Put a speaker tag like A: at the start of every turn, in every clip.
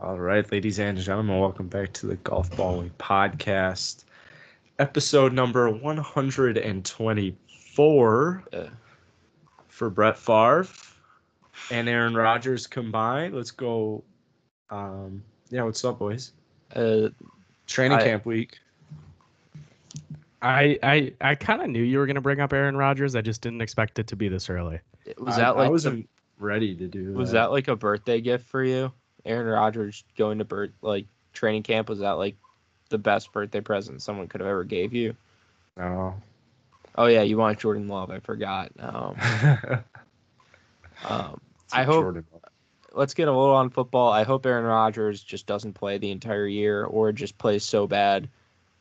A: All right, ladies and gentlemen, welcome back to the Golf Balling Podcast, episode number 124
B: Yeah.
A: for Brett Favre and Aaron Rodgers combined. Let's go. Um, yeah, what's up, boys?
B: Uh,
A: Training
B: I-
A: camp week.
C: I I, I kind of knew you were going to bring up Aaron Rodgers. I just didn't expect it to be this early.
B: was
A: I-
B: that like
A: I
B: the- was,
A: wasn't ready to do
B: that like a birthday gift for you? Aaron Rodgers going to birth like training camp was that like the best birthday present someone could have ever gave you?
A: No.
B: Oh yeah, you want Jordan Love? I forgot. Um, um, I hope
A: Jordan.
B: let's get a little on football. I hope Aaron Rodgers just doesn't play the entire year or just plays so bad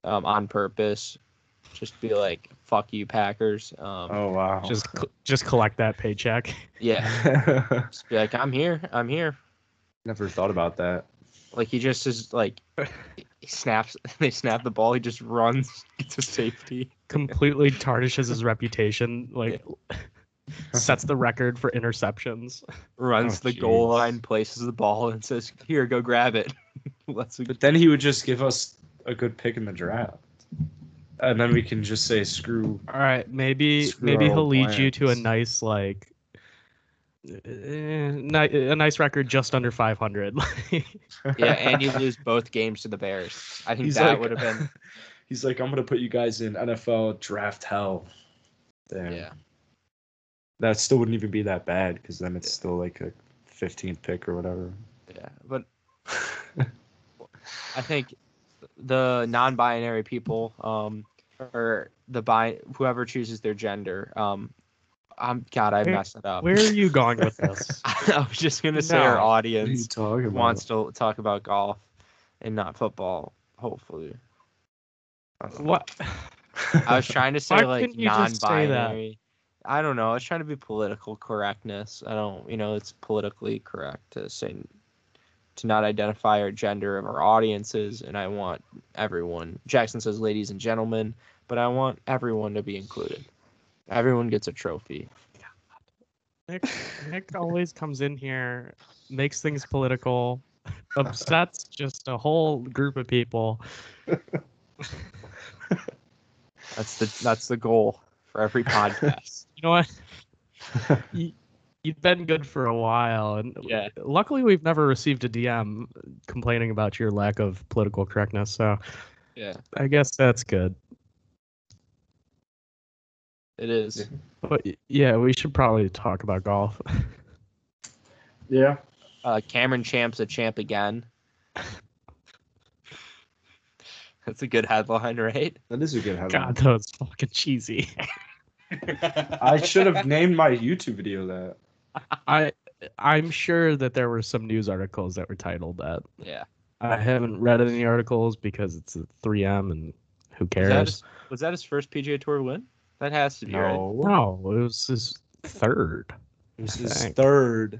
B: um, on purpose. Just be like, fuck you, Packers. Um,
A: Oh wow.
C: Just cl- just collect that paycheck.
B: Yeah. Just be like, I'm here. I'm here.
A: Never thought about that.
B: Like, he just is like, he snaps, they snap the ball. He just runs to safety.
C: Completely tarnishes his reputation. Like sets the record for interceptions.
B: Runs
A: Oh,
B: to the goal
A: jeez.
B: line, places the ball, and says, here, go grab it. let's
A: But then he would just give us a good pick in the draft. And then we can just say screw
C: All right, maybe
A: Screw
C: maybe
A: our
C: he'll
A: old
C: lead you to a
A: plans.
C: nice like eh, ni- a nice record just under 500. Like,
B: Yeah, and you lose both games to the Bears. I think
A: He's
B: that
A: like-
B: would have been,
A: He's like, I'm gonna put you guys in NFL draft hell. Damn.
B: yeah.
A: That still wouldn't even be that bad because then it's still like a 15th pick or whatever.
B: Yeah, but I think the non-binary people, um, or the bi whoever chooses their gender, um, I'm God, I
C: Where-
B: messed it up.
C: where are you going with this?
B: I was just gonna say our
C: No.
A: What are you
B: audience
A: talking about?
B: wants to talk about golf and not football. Hopefully,
C: What?
B: I was trying to say
C: Why
B: like
C: couldn't you just say that?
B: non-binary. I don't know. I was trying to be political correctness. I don't, you know, it's politically correct to say to not identify our gender of our audiences, and I want everyone. Jackson says, "Ladies and gentlemen," but I want everyone to be included. Everyone gets a trophy.
C: Nick, Nick always comes in here, makes things political, upsets just a whole group of people.
B: That's the that's the goal for every podcast.
C: You know what? you, you've been good for a while, and
B: Yeah.
C: luckily we've never received a DM complaining about your lack of political correctness. So
B: yeah,
C: I guess that's good.
B: it is.
C: But y- yeah, we should probably talk about golf.
A: Yeah.
B: Uh, Cameron Champ's a champ again. That's a good headline, right?
A: That is a good headline.
C: God, that was fucking cheesy.
A: I should have named my YouTube video that.
C: I I'm sure that there were some news articles that were titled that.
B: Yeah.
C: I haven't read any articles because it's a 3M and who
B: Was that,
C: cares?
B: his, was that his first PGA Tour win? That has to be right.
A: No.
C: No, it was his third.
A: It was his
C: Thanks.
A: third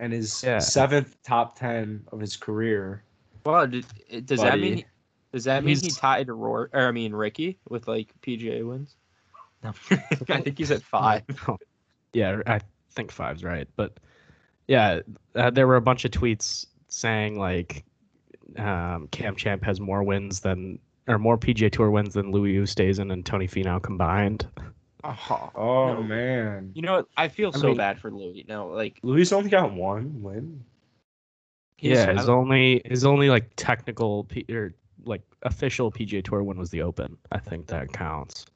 A: and his
C: Yeah.
A: seventh top ten of his career.
B: Well, did, it- does that mean
A: Buddy.
B: does that mean he
C: He's-
B: tied Rory or I mean Ricky with like PGA wins? No, I think he's at five.
C: Oh, Yeah, I think five's right, but yeah, uh, there were a bunch of tweets saying like um, Cam Champ has more wins than or more PGA Tour wins than Louis Oosthuizen and Tony Finau combined.
A: Oh
B: Uh-huh. No.
A: man.
B: You know, what? I feel
A: I
B: so
A: mean-
B: bad for Louis. No, like
A: Louis only got one win.
B: he's-
C: yeah, his
B: I,
C: only his only like technical P, or like official PGA Tour win was the Open. I think that counts.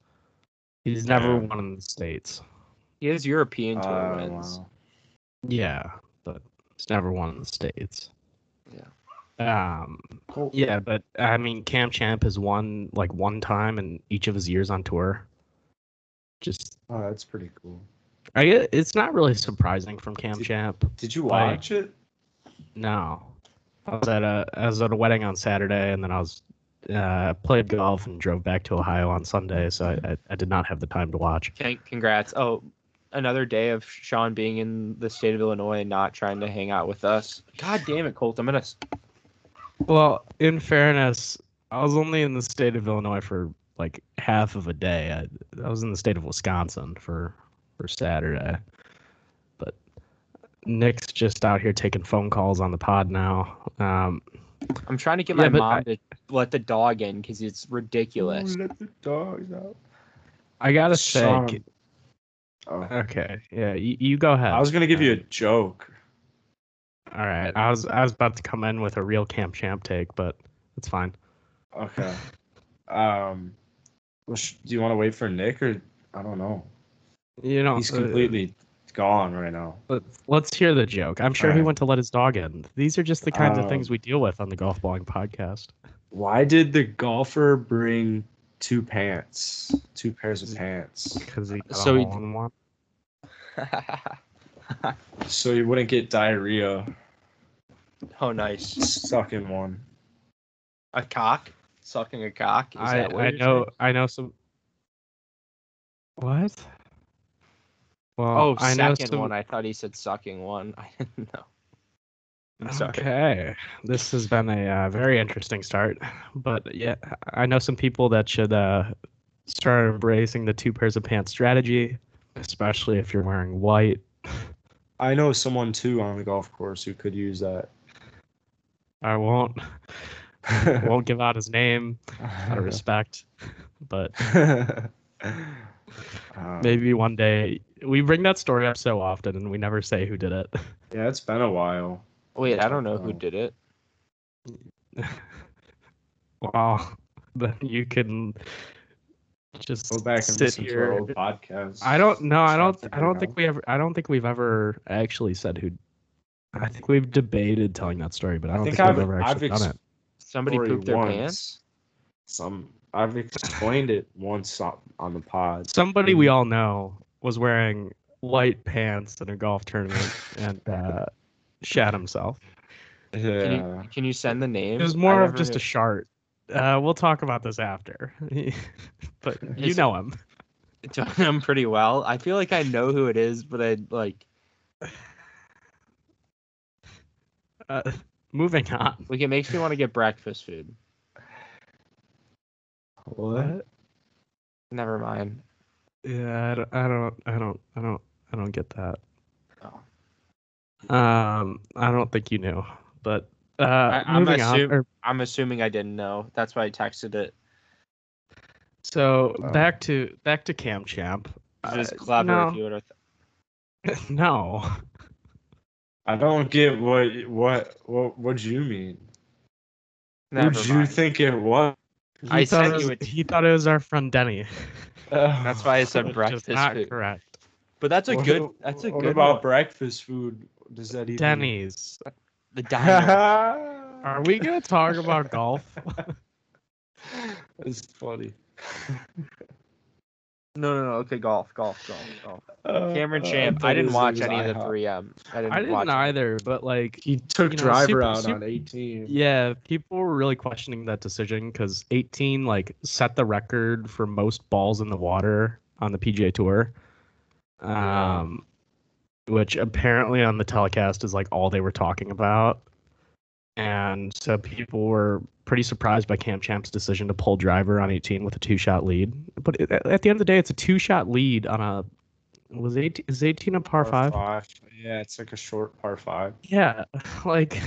C: He's never
A: Yeah.
C: won in the states.
B: he has European tour
A: Oh,
B: wins.
A: wow.
C: Yeah, but it's never won in the states.
B: Yeah.
C: Um.
A: Oh,
C: Yeah, but I mean, Cam Champ has won like one time in each of his years on tour. Just,
A: Oh, that's pretty cool.
C: I gue- it's not really surprising from Cam Champ.
A: Did you
C: Bye.
A: watch it?
C: No, I was at a I was at a wedding on Saturday, and then I was uh, played golf and drove back to Ohio on Sunday, so I, I, I did not have the time to watch.
B: Can, congrats! Oh, another day of Sean being in the state of Illinois and not trying to hang out with us. God damn it, Colt! I'm gonna. s-
C: Well, in fairness, I was only in the state of Illinois for like half of a day. I, I was in the state of Wisconsin for for Saturday, but Nick's just out here taking phone calls on the pod now. Um,
B: I'm trying to get
C: Yeah,
B: my
C: but
B: mom
C: I-
B: to let the dog in because it's ridiculous.
A: Let the dogs out.
C: I gotta
A: Sean.
C: say,
A: Oh.
C: okay, yeah, you, you go ahead.
A: I was gonna give you a joke.
C: All right, I was I was about to come in with a real camp champ take, but it's fine.
A: Okay. Um, well, sh- do you want to wait for Nick or I don't know?
C: You know,
A: He's
C: uh,
A: completely gone right now.
C: Let's, let's hear the joke. I'm sure he
A: Alright.
C: went to let his dog in. These are just the kinds of things
A: Um,
C: we deal with on the golf balling podcast.
A: Why did the golfer bring two pants? Two pairs of pants.
C: Because he got
B: so
C: a
B: he-
C: hole in one.
A: So you wouldn't get diarrhea
B: oh, nice.
A: stuck in one.
B: A cock? Sucking a cock? Is
C: I,
B: that what
C: I
B: you're
C: know
B: saying?
C: I know some. What?
B: Oh,
C: Well, I know
B: second
C: some.
B: one. I thought he said sucking one. I didn't know.
C: Um,
B: I'm sorry.
C: Okay, this has been a uh, very interesting start, but yeah, I know some people that should uh, start embracing the two pairs of pants strategy, especially if you're wearing white.
A: I know someone too on the golf course who could use that.
C: I won't won't give out his name out of respect, but
A: Um,
C: maybe one day we bring that story up so often and we never say who did it.
A: Yeah, it's been a while.
B: Wait, I don't know who
A: Oh.
B: did it.
C: wow, then you can just
A: Go back and
C: sit
A: listen to our
C: here
A: old podcast.
C: I don't know. I
A: Sounds
C: don't.
A: like
C: I
A: it
C: don't
A: now.
C: think we ever. I don't think we've ever actually said who. I think we've debated telling that story, but I
A: I
C: don't
A: think
C: think,
A: I've,
C: we've ever
A: I've
C: actually done
A: ex-
C: it.
B: Somebody
A: story
B: pooped their
A: once.
B: pants.
A: Some I've explained it once on, on the pod.
C: Somebody we all know was wearing white pants in a golf tournament and uh, shat himself.
B: Can
A: Yeah.
B: you can you send the name?
C: It was
B: I
C: more of
B: never-
C: just a shart. Uh, we'll talk about this after, but you
B: It's-
C: know him.
B: do I know him pretty well. I feel like I know who it is, but I like
C: Uh, moving on.
B: like it makes me want to get breakfast food.
A: What?
B: Never mind.
C: Yeah, I don't, I don't, I don't, I don't, I don't get that.
B: Oh.
C: Um, I don't think you knew, but uh,
B: I'm
C: moving on.
B: assume-
C: or-
B: I'm assuming I didn't know. That's why I texted it.
C: so
B: Oh.
A: Um,
C: back to back to Cam Champ.
B: It was
C: Uh,
B: clever
C: no,
B: if you would have.
C: no.
A: I don't get what what what what you mean.
B: Never
A: Who'd you
B: mind.
A: think it was?
C: He
B: I
C: thought
B: sent
C: it was,
B: you a-
C: He thought it was our friend Denny.
B: That's why I said
C: which is
B: breakfast
C: not
B: food.
C: correct.
B: But that's a
A: What-
B: good. That's a
A: what
B: good.
A: about
B: one.
A: breakfast food? Does that even
C: Denny's.
B: the diner?
C: Are we gonna talk about golf?
A: It's funny.
B: no, no, no. Okay, golf, golf, golf, golf.
A: Uh,
B: Cameron
A: uh,
B: Champ. I
A: thought
B: didn't
A: it was- it
B: watch
A: was
B: any of the
A: IHOP.
B: 3M. I didn't,
C: I didn't
B: watch any.
C: either, but like
A: He took
C: You know,
A: driver
C: super-
A: out on
C: super-
A: 18.
C: Yeah, people were really questioning that decision because 18 like set the record for most balls in the water on the PGA Tour,
B: Yeah.
C: um, which apparently on the telecast is like all they were talking about, and so people were pretty surprised by Cam Champ's decision to pull driver on 18 with a two shot lead. But at at the end of the day, it's a two shot lead on a was 18 is 18 a par five?
A: Yeah, it's like a short par five.
C: Yeah, like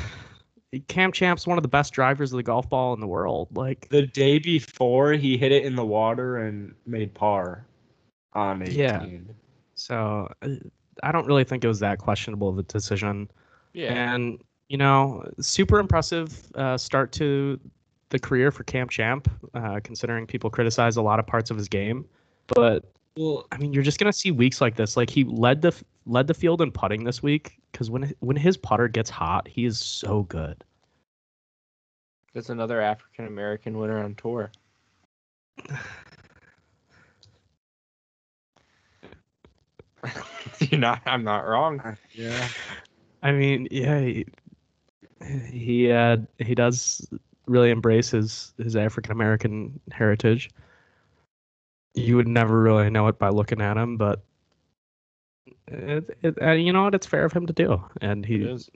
C: Cam Champ's one of the best drivers of the golf ball in the world. Like,
A: The day before, he hit it in the water and made par on 18.
C: Yeah. so uh, I don't really think it was that questionable of a decision.
B: Yeah.
C: And you know, super impressive uh, start to the career for Cam Champ, uh, considering people criticize a lot of parts of his game. But
A: Well,
C: I mean, you're just gonna see weeks like this. Like he led the f- led the field in putting this week because when when his putter gets hot, he is so good.
B: That's another African American winner on tour. You're not. I'm not wrong.
A: yeah.
C: I mean, yeah, he he, uh, he does really embrace his his African American heritage. You would never really know it by looking at him, but it, it, and you know what? It's fair of him to do, and
B: It
C: he
B: is.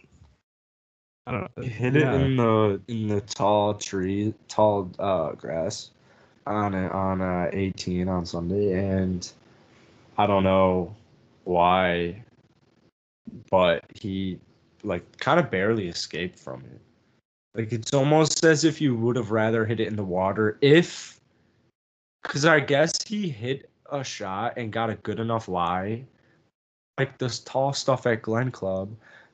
C: I don't
A: He hit
C: yeah.
A: it in the in the tall tree, tall uh, grass, on a- on uh, 18 on Sunday, and I don't know why but he like kind of barely escaped from it. Like it's almost as if you would have rather hit it in the water if cuz I guess he hit a shot and got a good enough lie like this tall stuff at Glen Club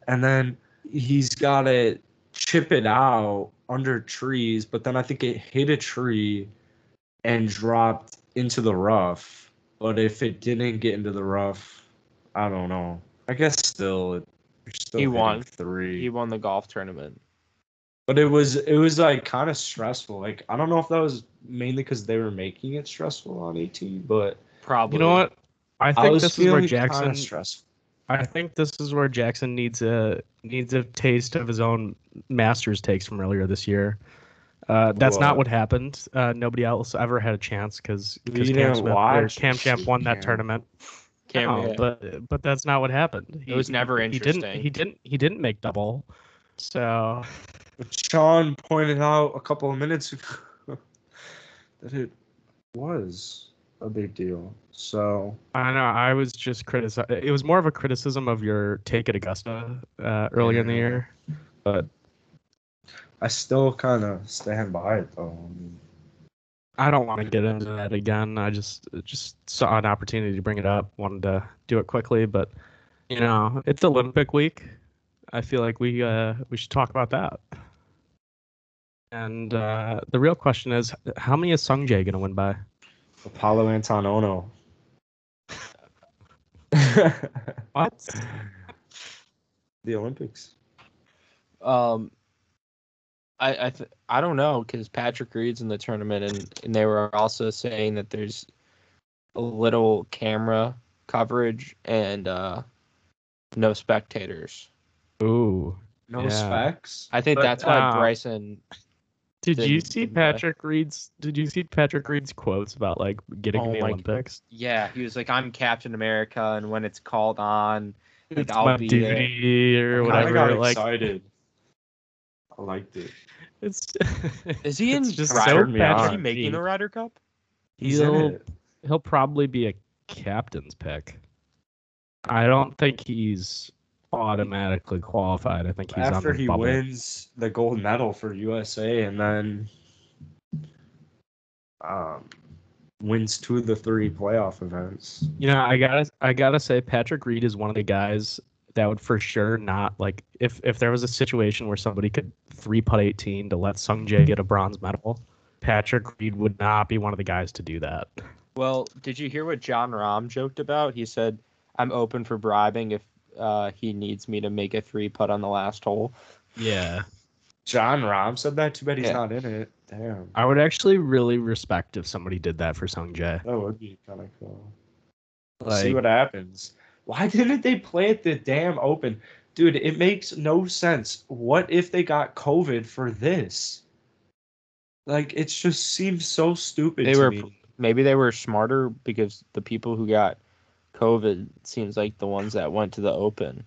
A: and then he's got to chip it out under trees but then I think it hit a tree and dropped into the rough but if it didn't get into the rough I don't know. I guess still it you're still
B: He
A: hitting
B: won.
A: three.
B: He won the golf tournament.
A: but it was it was like kind of stressful. Like I don't know if that was mainly because they were making it stressful on 18, but
B: Probably.
C: You know what? I think
A: was
C: this is where
A: feeling kinda
C: Jackson.
A: stressful.
C: I think this is where Jackson needs a needs a taste of his own Masters takes from earlier this year. Uh, that's not
A: What?
C: what happened. Uh, nobody else ever had a chance because
A: You
C: Cam,
A: didn't
C: Smith, or
A: watch.
C: Cam Champ won that
A: Yeah.
C: tournament.
B: Cam,
C: No, but but that's not what happened. He,
B: was never
C: He
B: interesting.
C: didn't. He didn't. He didn't make double. So
A: But Sean pointed out a couple of minutes ago that it was a big deal. So
C: I don't know. I was just criticized. It was more of a criticism of your take at Augusta uh, earlier in the
A: Yeah.
C: year. But
A: I still kind of stand by it though. I mean,
C: I don't want to get into that again. I just just saw an opportunity to bring it up. Wanted to do it quickly, but you know, it's Olympic week. I feel like we uh, we should talk about that. And uh, the real question is, how many is Sungjae going to win by?
A: Apollo Antonono.
C: What?
A: the Olympics.
B: Um, I I th- I don't know because Patrick Reed's in the tournament, and and they were also saying that there's a little camera coverage and uh, no spectators.
C: Ooh,
A: No
C: Yeah.
A: specs.
B: I think
C: But,
B: that's why
C: uh,
B: Bryson.
C: did you
B: Didn't-
C: see
B: didn't buy.
C: Patrick Reed's? Did you see Patrick Reed's quotes about like getting
B: Oh
C: to the
B: my-
C: Olympics?
B: Yeah, he was like, "I'm Captain America, and when it's called on, like,
C: It's
B: I'll
C: my
B: be there."
C: duty or
A: I
C: whatever.
A: got
C: like
A: excited. I liked it.
C: it's
B: Is he in
C: It's just
B: Ryder
C: so
B: Cup?
A: Turned me
B: Is he
A: on.
B: making the Ryder Cup?
A: He's in
C: He'll-
A: it.
C: he'll probably be a captain's pick. I don't think he's automatically qualified. I think he's
A: after
C: on the
A: he
C: bubble.
A: wins the gold medal for USA and then um, wins two of the three playoff events.
C: You know, I gotta I gotta say Patrick Reed is one of the guys that would for sure not like if if there was a situation where somebody could three putt eighteen to let Sung Jae get a bronze medal, Patrick Reed would not be one of the guys to do that.
B: Well, did you hear what John Rahm joked about? He said, "I'm open for bribing if uh, he needs me to make a three putt on the last hole."
C: Yeah.
A: John Rahm said that. Too bad he's
B: Yeah.
A: not in it. Damn.
C: I would actually really respect if somebody did that for Sung Jae.
A: That would be kind of cool.
C: Like,
A: See what happens. Why didn't they play at the damn open? Dude, it makes no sense. What if they got COVID for this? Like, it just seems so stupid.
B: They
A: to
B: were
A: me.
B: Maybe they were smarter because the people who got COVID seems like the ones that went to the Open.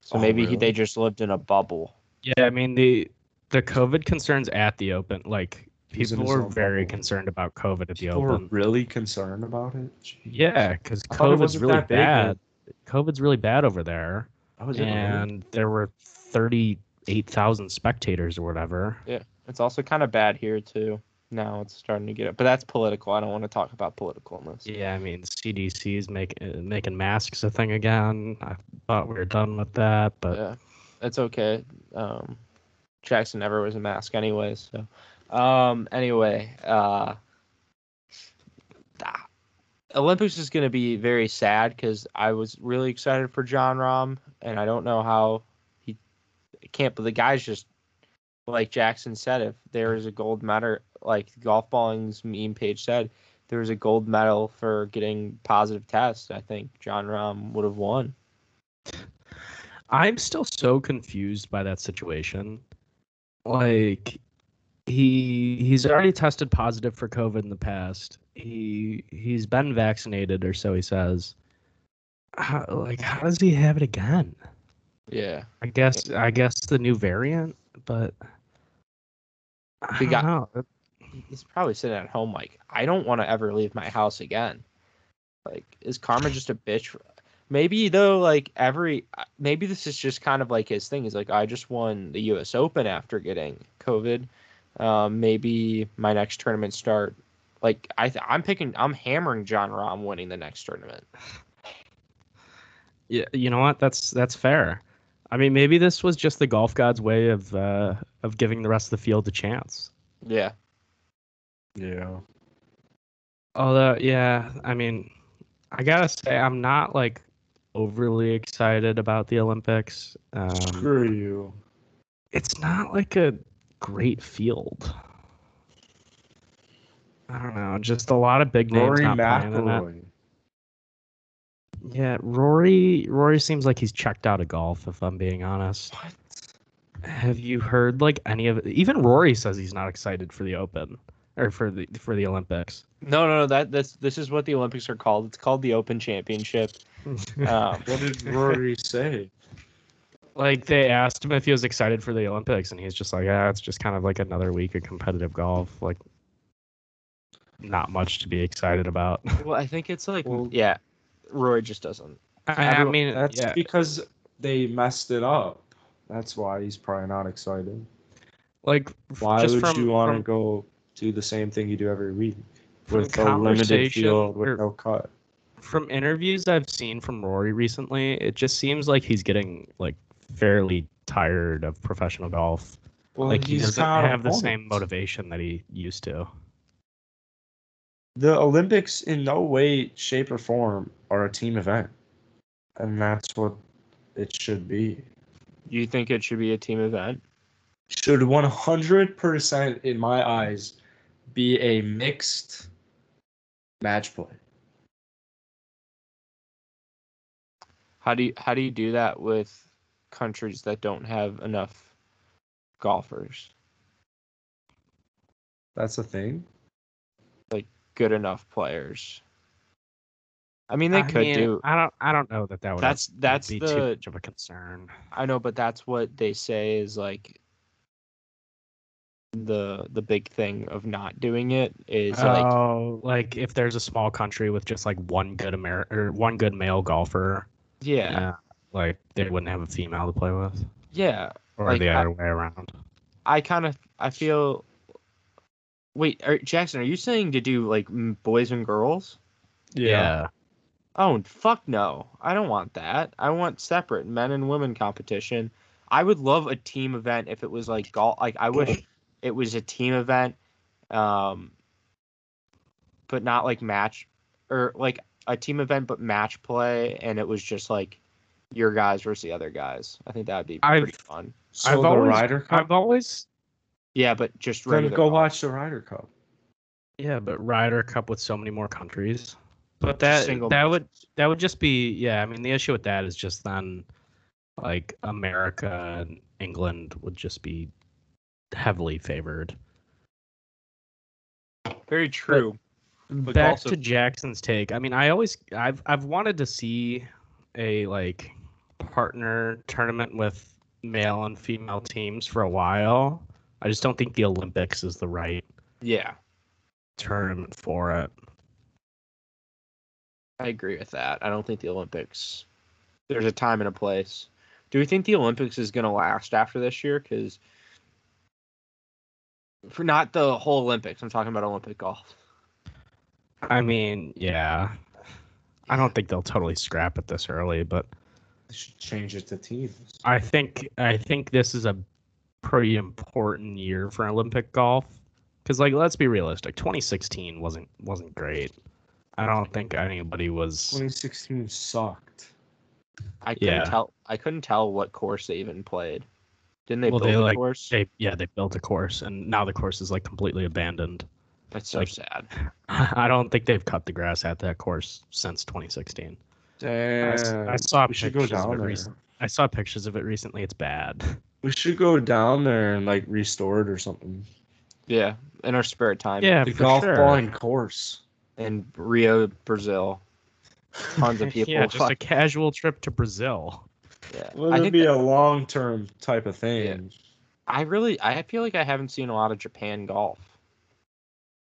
B: So
A: Oh,
B: maybe he,
A: really?
B: they just lived in a bubble.
C: Yeah, I mean the the COVID concerns at the open, like
A: He's in
C: people
A: his
C: were
A: own
C: very
A: bubble.
C: concerned about COVID at the
A: People were
C: open.
A: really concerned about it. Jeez.
C: Yeah, because
A: I thought it
C: COVID's
A: wasn't
C: really
A: that big, man.
C: bad. COVID's really bad over there,
A: I was
C: and there were thirty eight thousand spectators or whatever.
B: It's also kind of bad here too. Now it's starting to get up, but that's political. I don't want to talk about political in this.
C: Yeah, I mean CDC's making uh, making masks a thing again. I thought we were done with that, but
B: yeah, it's okay. Um, Jackson never wears a mask, anyways. So, um, anyway, uh, ah, Olympics is going to be very sad because I was really excited for John Rahm, and I don't know how he I can't. But the guy's just like Jackson said. If there is a gold medal, like golf balling's meme page said, there was a gold medal for getting positive tests. I think John Rahm would have won.
C: I'm still so confused by that situation. Like he he's already tested positive for COVID in the past. He he's been vaccinated or so he says. How, like how does he have it again?
B: Yeah.
C: I guess I guess the new variant, but I
B: He
C: don't
B: got-
C: know. That-
B: he's probably sitting at home like i don't want to ever leave my house again like is karma just a bitch Maybe though, like every uh, maybe this is just kind of like his thing. He's like, I just won the U.S. Open after getting COVID. Um, maybe my next tournament start. Like I, th- I'm picking, I'm hammering John Rahm winning the next tournament.
C: Yeah, you know what? That's that's fair. I mean, maybe this was just the golf god's way of uh, of giving the rest of the field a chance.
B: Yeah,
C: um,
A: Yeah.
C: Although, yeah, I mean, I gotta say, I'm not like overly excited about the Olympics. Um,
A: Screw you.
C: it's not like a great field. I don't know, just a lot of big names
A: Rory
C: not playing in it.
A: McIlroy.
C: Yeah, Rory. Rory seems like he's checked out of golf. If I'm being honest,
A: What?
C: have you heard like any of? Even Rory says he's not excited for the Open or for the for the Olympics.
B: no, no, no. That that's this is what the Olympics are called. It's called the Open Championship. Um,
A: What did Rory say?
C: like they asked him if he was excited for the Olympics, and he's just like, "Yeah, it's just kind of like another week of competitive golf. Like, not much to be excited about."
B: well, I think it's like
A: Well-
B: yeah, Roy just doesn't.
C: I, I
A: Everyone-
C: mean,
A: that's
C: yeah,
A: because they messed it up. That's why he's probably not excited.
C: like
A: Why
C: just
A: would
C: from,
A: you want to
C: from-
A: go do the same thing you do every week
C: From
A: with a limited
C: conversation
A: field with
C: or-
A: no cut?
C: from interviews I've seen from Rory recently, it just seems like he's getting like fairly tired of professional golf.
A: Well,
C: Like he
A: he's
C: doesn't
A: got
C: have the
A: opponents.
C: same motivation that he used to.
A: The Olympics, in no way, shape, or form, are a team event, and that's what it should be.
B: You think it should be a team event?
A: Should one hundred percent, in my eyes, be a mixed match play.
B: How do you how do you do that with countries that don't have enough golfers,
A: That's a thing.
B: good enough players? I mean, they could
C: mean,
B: do.
C: I don't. I don't know that that would.
B: That's that's
C: be
B: the
C: too much of a concern.
B: I know, but that's what they say is like the the big thing of not doing it is like
C: oh, like if there's a small country with just like one good Amer or one good male golfer,
B: yeah
C: uh, like they wouldn't have a female to play with,
B: yeah
C: or
B: Like,
C: the
B: I-
C: other way around.
B: I kind of I feel wait are, Jackson are you saying to do like m- boys and girls oh fuck no I don't want that I want separate men and women competition I would love a team event if it was like golf like I wish it was a team event um but not like match or like a team event but match play and it was just like your guys versus the other guys I think that would be
C: I've-
B: pretty fun
A: So
C: I've
A: the
C: always-
A: Ryder Cup.
C: I've always
B: yeah but just
A: Then
B: regular
A: go
B: golf.
A: watch the Ryder Cup.
C: yeah, but Ryder Cup with so many more countries. But
B: Just
C: that
B: single
C: that would
B: matches.
C: that would just be yeah. I mean, the issue with that is just then, like America and England would just be heavily favored.
B: very true But
C: back
B: also-
C: to Jackson's take. I mean, I always I've I've wanted to see a like partner tournament with male and female teams for a while. I just don't think the Olympics is the right
B: Yeah,
C: tournament for it.
B: I agree with that. I don't think the Olympics. There's a time and a place. Do we think the Olympics is going to last after this year? Because for not the whole Olympics, I'm talking about Olympic golf.
C: I mean, yeah. I don't think they'll totally scrap it this early, but
A: They should change it to teams.
C: I think I think this is a pretty important year for Olympic golf because, like, let's be realistic. 2016 wasn't wasn't great. I don't think anybody was.
A: 2016 sucked.
B: I couldn't
C: Yeah.
B: tell. I couldn't tell what course they even played. Didn't they
C: Well,
B: build
C: they,
B: a
C: like,
B: course?
C: They, yeah, they built a course, and now the course is like completely abandoned.
B: That's so
C: like-
B: sad.
C: I don't think they've cut the grass at that course since 2016. I s-
A: Damn.
C: I, saw
A: we
C: pictures
A: should go
C: of it
A: down there.
C: recent- I saw pictures of it recently. It's bad.
A: We should go down there and like restore it or something.
B: Yeah, in our spare time.
C: Yeah,
A: the
C: for
A: golf
C: sure.
A: ball and course.
B: In Rio, Brazil, tons of people.
C: yeah, just a
B: fuck-
C: casual trip to Brazil.
B: yeah.
A: Well,
B: I
A: it'd
B: think
A: be
B: that-
A: a long term type of thing.
B: I really. I feel like I haven't seen a lot of Japan golf.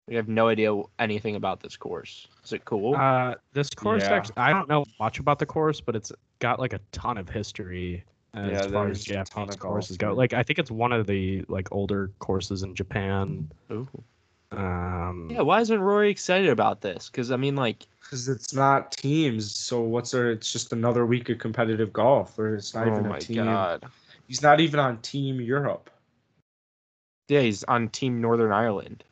B: Like, I have no idea anything about this course. Is it cool?
C: Uh, this course,
A: Yeah.
C: actually, I don't know much about the course, but it's got like a ton of history as
A: Yeah,
C: far
A: there's
C: as
A: a ton
C: Japanese
A: of golf
C: courses go.
A: there.
C: Like, I think it's one of the like older courses in Japan.
B: Ooh.
C: Um,
B: Yeah, why isn't Rory excited about this? Because I mean, like,
A: Because it's not teams, so what's there? It's just another week of competitive golf, or it's not
B: oh
A: even a
B: my
A: team.
B: god,
A: He's not even on Team Europe.
B: yeah, he's on Team Northern Ireland.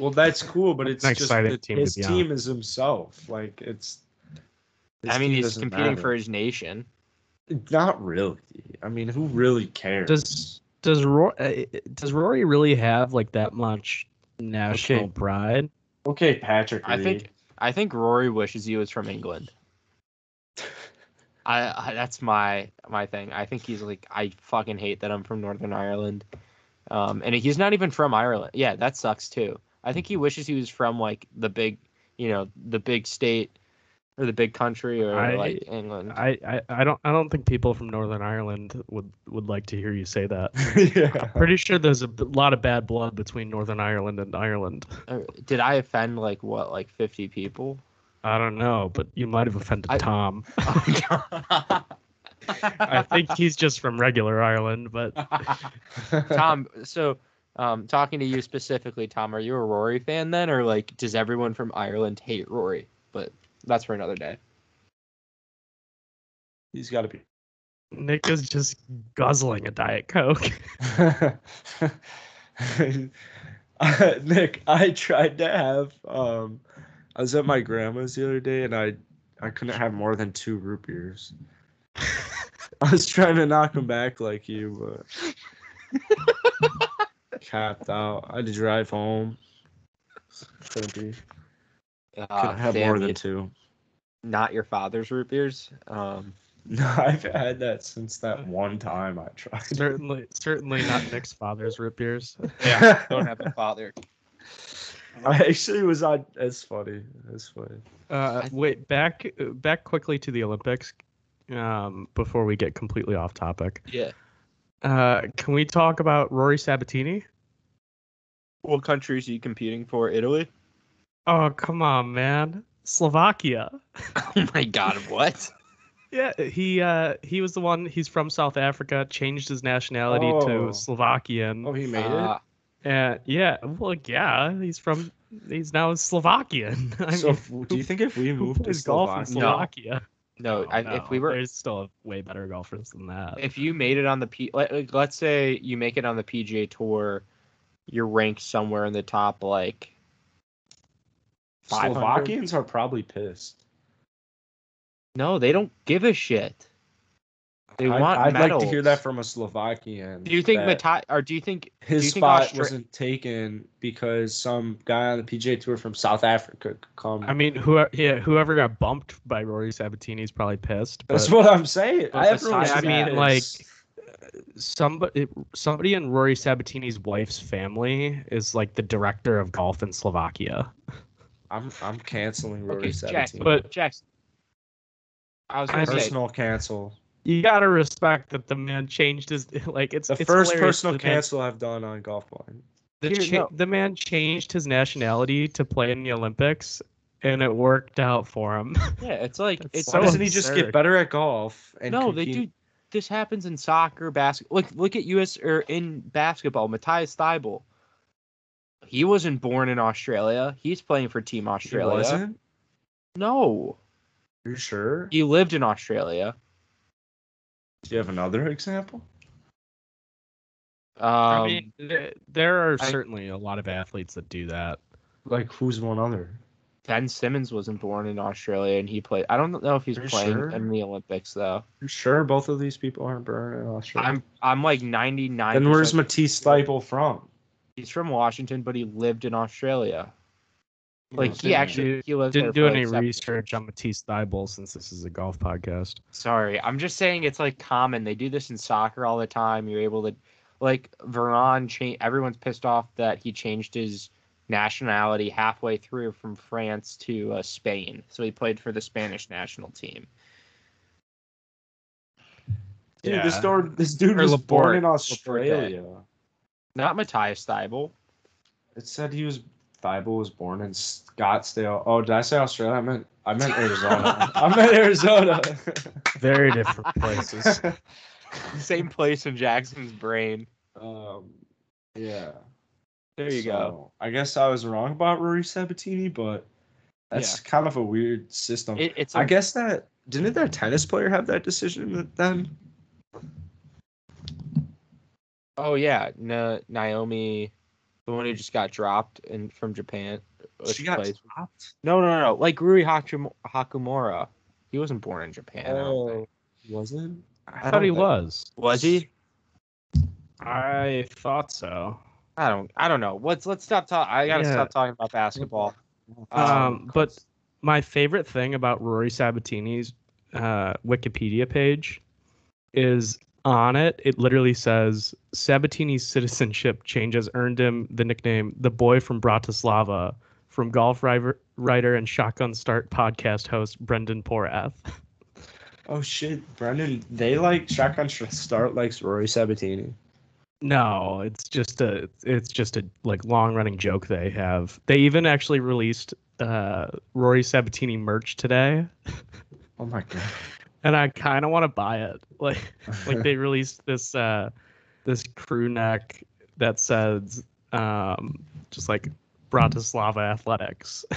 A: Well, that's cool, but it's
C: An
A: just
C: exciting
A: that
C: team to
A: his
C: be on.
A: team is himself. Like it's. his
B: I mean,
A: team
B: he's
A: doesn't
B: competing
A: matter.
B: for his nation.
A: Not really. I mean, who really cares?
C: Does does Rory uh, does Rory really have like that much national
A: Okay.
C: pride?
A: okay, Patrick.
B: I think I think Rory wishes he was from England. I, I that's my my thing. I think he's like I fucking hate that I'm from Northern Ireland, um, and he's not even from Ireland. Yeah, that sucks too. I think he wishes he was from like the big, you know, the big state or the big country or
C: I-
B: like England.
C: I, I, I don't I don't think people from Northern Ireland would would like to hear you say that.
A: Reed. yeah.
C: Pretty sure there's a b- lot of bad blood between Northern Ireland and Ireland.
B: Uh, Did I offend like what like 50 people?
C: I don't know, but you might have offended
B: I-
C: Tom. I think he's just from regular Ireland, but
B: Tom, so um, talking to you specifically, Tom, are you a Rory fan then, or like does everyone from Ireland hate Rory? But that's for another day.
A: he's got to be.
C: Nick is just guzzling a Diet Coke.
A: Uh, Nick, I tried to have. Um, I was at my grandma's the other day, and I I couldn't have more than two root beers. I was trying to knock him back like you, but capped out. I had to drive home. Couldn't be.
B: Ah,
A: Couldn't have more than two.
B: Uh, not your father's root beers. Um,
A: No, I've had that since that one time I tried.
C: certainly, certainly not Nick's father's root beers.
B: yeah, don't have a father.
A: I actually was on. That's funny. That's funny.
C: Uh,
B: I-
C: wait, back back quickly to the Olympics um, before we get completely off topic.
B: Yeah.
C: Uh, can we talk about Rory Sabatini?
B: What countries are you competing for? Italy?
C: Oh, come on, man. Slovakia.
B: Oh my god, what?
C: Yeah, he uh, he was the one. He's from South Africa. Changed his nationality
A: Oh.
C: to Slovakian.
A: Oh, he made
B: Uh,
C: Uh, yeah, well, yeah, he's from. He's now Slovakian. I
A: it. So,
C: mean,
A: if- do you think if we
C: who
A: moved to
C: plays golf in
A: Slovakia,
B: No.
C: Slovakia?
B: no,
C: Oh,
B: I, if we
C: no,
B: were
C: there's still way better golfers than that.
B: if you made it on the P, let, like, let's say you make it on the PGA Tour, you're ranked somewhere in the top like 500.
A: Slovakians are probably pissed.
B: No, they don't give a shit. They
A: I'd,
B: want
A: I'd like to
B: medals.
A: hear that from a Slovakian.
B: Do you think
A: that
B: Matai or do you think do
A: his
B: you think
A: spot
B: Austra-
A: wasn't taken because some guy on the PJ Tour from South Africa could come?
C: I mean, who yeah, whoever got bumped by Rory Sabatini is probably pissed. But
A: that's what I'm saying.
B: but
A: Everyone's
B: besides
A: mad.
B: that- I
C: mean, like, somebody, somebody in Rory Sabatini's wife's family is like the director of golf in Slovakia.
A: I'm I'm canceling Rory
B: okay, Jack,
A: Sabatini.
B: but Jax. I was gonna say
A: personal cancel.
C: You gotta respect that the man changed his like it's
A: The
C: it's
A: first
C: hilarious
A: personal
C: the man-
A: cancel I've done on golf blind.
C: The,
B: Here,
C: cha-
B: no.
C: the man changed his nationality to play in the Olympics, and it worked out for him.
B: yeah, it's like
C: That's
B: it's
A: Why
C: so
A: doesn't he just
C: absurd.
A: get better at golf? And
B: no, they
A: compete-
B: do. This happens in soccer, basketball. Look, look at U.S. or in basketball, Matthias Thybul. He wasn't born in Australia. He's playing for Team
A: He
B: Australia.
A: wasn't.
B: No,
A: You sure?
B: he lived in Australia.
A: Do you have another example?
B: Um,
C: I mean, th- there are
B: I-
C: certainly a lot of athletes that do that.
A: Like who's one other?
B: Ben Simmons wasn't born in Australia, and he played. I don't know if he's
A: Are you
B: playing
A: sure?
B: in the Olympics though.
A: You sure both of these people aren't born in Australia?
B: I'm I'm like 99.
A: then where's Matisse Thybul from?
B: He's from Washington, but he lived in Australia. Like he
A: Didn't
B: actually
C: do-
B: he lived there
C: Didn't
B: for,
C: do
B: like,
C: any
B: seven-
C: research on Matisse Thybul since this is a golf podcast.
B: Sorry, I'm just saying it's like common. They do this in soccer all the time. You're able to, like Veron, cha- everyone's pissed off that he changed his nationality halfway through from France to uh, Spain. So he played for the Spanish national team.
A: Dude, this
C: Yeah.
A: dude, this dude
C: Or
A: was born
C: Laporte.
A: in Australia.
B: Not Matthias Thibel.
A: It said he was Thibault was born in Scottsdale. Oh, did I say Australia? I meant I meant Arizona. I meant Arizona.
C: Very different places.
B: Same place in Jackson's brain.
A: um, yeah.
B: There you go.
A: So, I guess I was wrong about Rory Sabatini, but that's kind of a weird system.
B: It, it's a-
A: I guess that didn't that tennis player have that decision then?
B: Oh yeah, Na- Naomi, the one who just got dropped in from Japan. uh, which
A: She got
B: plays-
A: dropped.
B: No, no, no. Like Rui Hakim- Hakumura, he wasn't born in Japan. I don't think.
A: Oh, wasn't.
C: I thought he was.
B: Was he?
C: I thought so.
B: I don't. I don't know. Let's let's stop talking. I gotta
C: Yeah.
B: stop talking about basketball.
C: Um, but my favorite thing about Rory Sabatini's uh, Wikipedia page is on it. It literally says Sabatini's citizenship change has earned him the nickname "the boy from Bratislava" from golf river, writer and shotgun start podcast host Brendan Porath.
A: Oh shit, Brendan. They like shotgun Sh- start likes Rory Sabatini.
C: No, it's just a it's just a like long running joke they have. They even actually released uh, Rory Sabatini merch today.
A: Oh my god.
C: and I kind of want to buy it. Like like they released this uh this crew neck that says um just like Bratislava Athletics,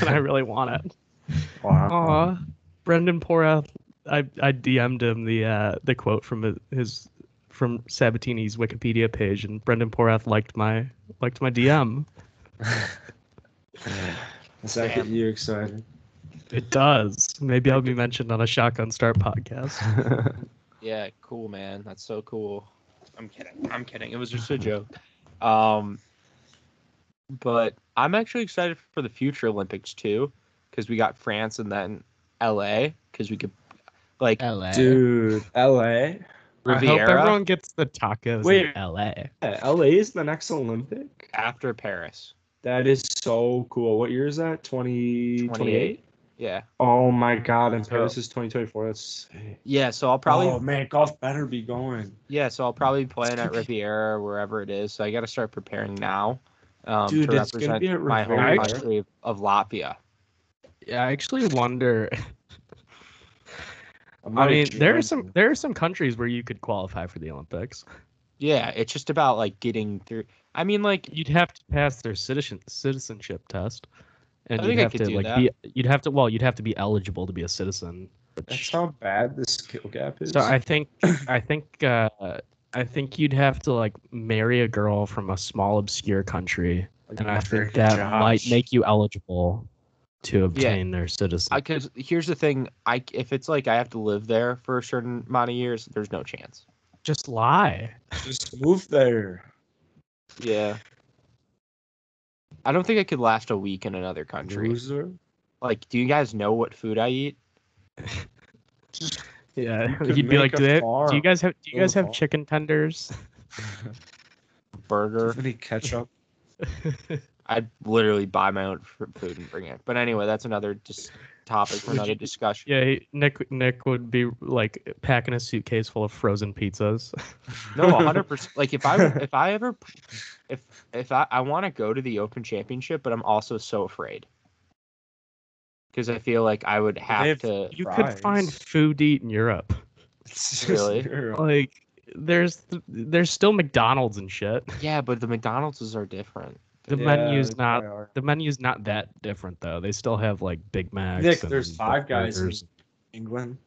C: and I really want it. Uh-huh.
A: wow.
C: Aw, Brendan Porath, I I DM'd him the uh the quote from his- his from Sabatini's Wikipedia page, and Brendan Porath liked my liked my DM.
A: Does that get you excited?
C: It does. Maybe I'll be mentioned on a Shotgun Start podcast.
B: Yeah, cool, man. That's so cool. I'm kidding. I'm kidding. It was just a joke. Um, but I'm actually excited for the future Olympics too, because we got France and then LA, because we could like
C: LA.
A: Dude, LA.
C: I hope
B: Riviera
C: everyone gets the tacos
A: Wait.
C: in LA.
A: Yeah, LA is the next Olympic.
B: after Paris.
A: That is so cool. What year is that? 2028?
B: Yeah.
A: Oh my god, and
B: So-
A: Paris is 2024. That's sick.
B: Yeah. So I'll probably
A: Oh man, golf better be going.
B: yeah. So I'll probably be playing at Riviera or wherever it is. So I got to start preparing now. Um,
A: Dude,
B: to
A: it's gonna
B: represent
A: be at
B: my home
A: Riviera.
B: country of Latvia.
C: Yeah, I actually wonder.
A: I'm
C: I
A: not
C: mean, there
A: joking.
C: are some there are some countries where you could qualify for the Olympics.
B: Yeah, it's just about like getting through. I mean, like
C: You'd have to pass their citizen citizenship test, and
B: I
C: you'd
B: think I
C: have
B: could
C: to
B: do
C: like
B: that.
C: be you'd have to well you'd have to be eligible to be a citizen.
A: That's
C: which-
A: how bad the skill gap is.
C: so I think I think uh, I think you'd have to like marry a girl from a small obscure country,
A: Like,
C: and I think
A: Drake
C: that
A: Josh.
C: might make you eligible to obtain their
B: I
C: citizenship.
B: because here's the thing, I if it's like I have to live there for a certain amount of years, there's no chance.
C: Just lie.
A: just move there.
B: Yeah. I don't think I could last a week in another country.
A: Loser.
B: Like, do you guys know what food I eat?
C: Yeah,
A: could
C: you'd be
A: make
C: like,
A: a
C: do, they, do
A: farm.
C: you guys have do you
A: Build a
C: guys have
A: farm."
C: chicken tenders?
B: Burger.
A: Any ketchup?
B: I'd literally buy my own fr- food and bring it. But anyway, that's another just topic for
C: Would
B: another
C: you-
B: discussion.
C: Yeah, he- Nick Nick would be like packing a suitcase full of frozen pizzas.
B: No, 100. percent Like if I if I ever if if I I want to go to the Open Championship, but I'm also so afraid because I feel like I would have
A: have-
B: to.
C: You could find
A: Fries.
C: food to eat in Europe.
A: It's just
B: Really?
A: zero.
C: Like there's there's still McDonald's and shit.
B: Yeah, but the McDonald's are different.
C: The
A: Yeah,
C: menu's
A: they
C: not
A: probably are.
C: the menu's not that different though. They still have like Big Macs.
A: Nick, there's
C: and
A: five guys in
C: burgers.
A: England.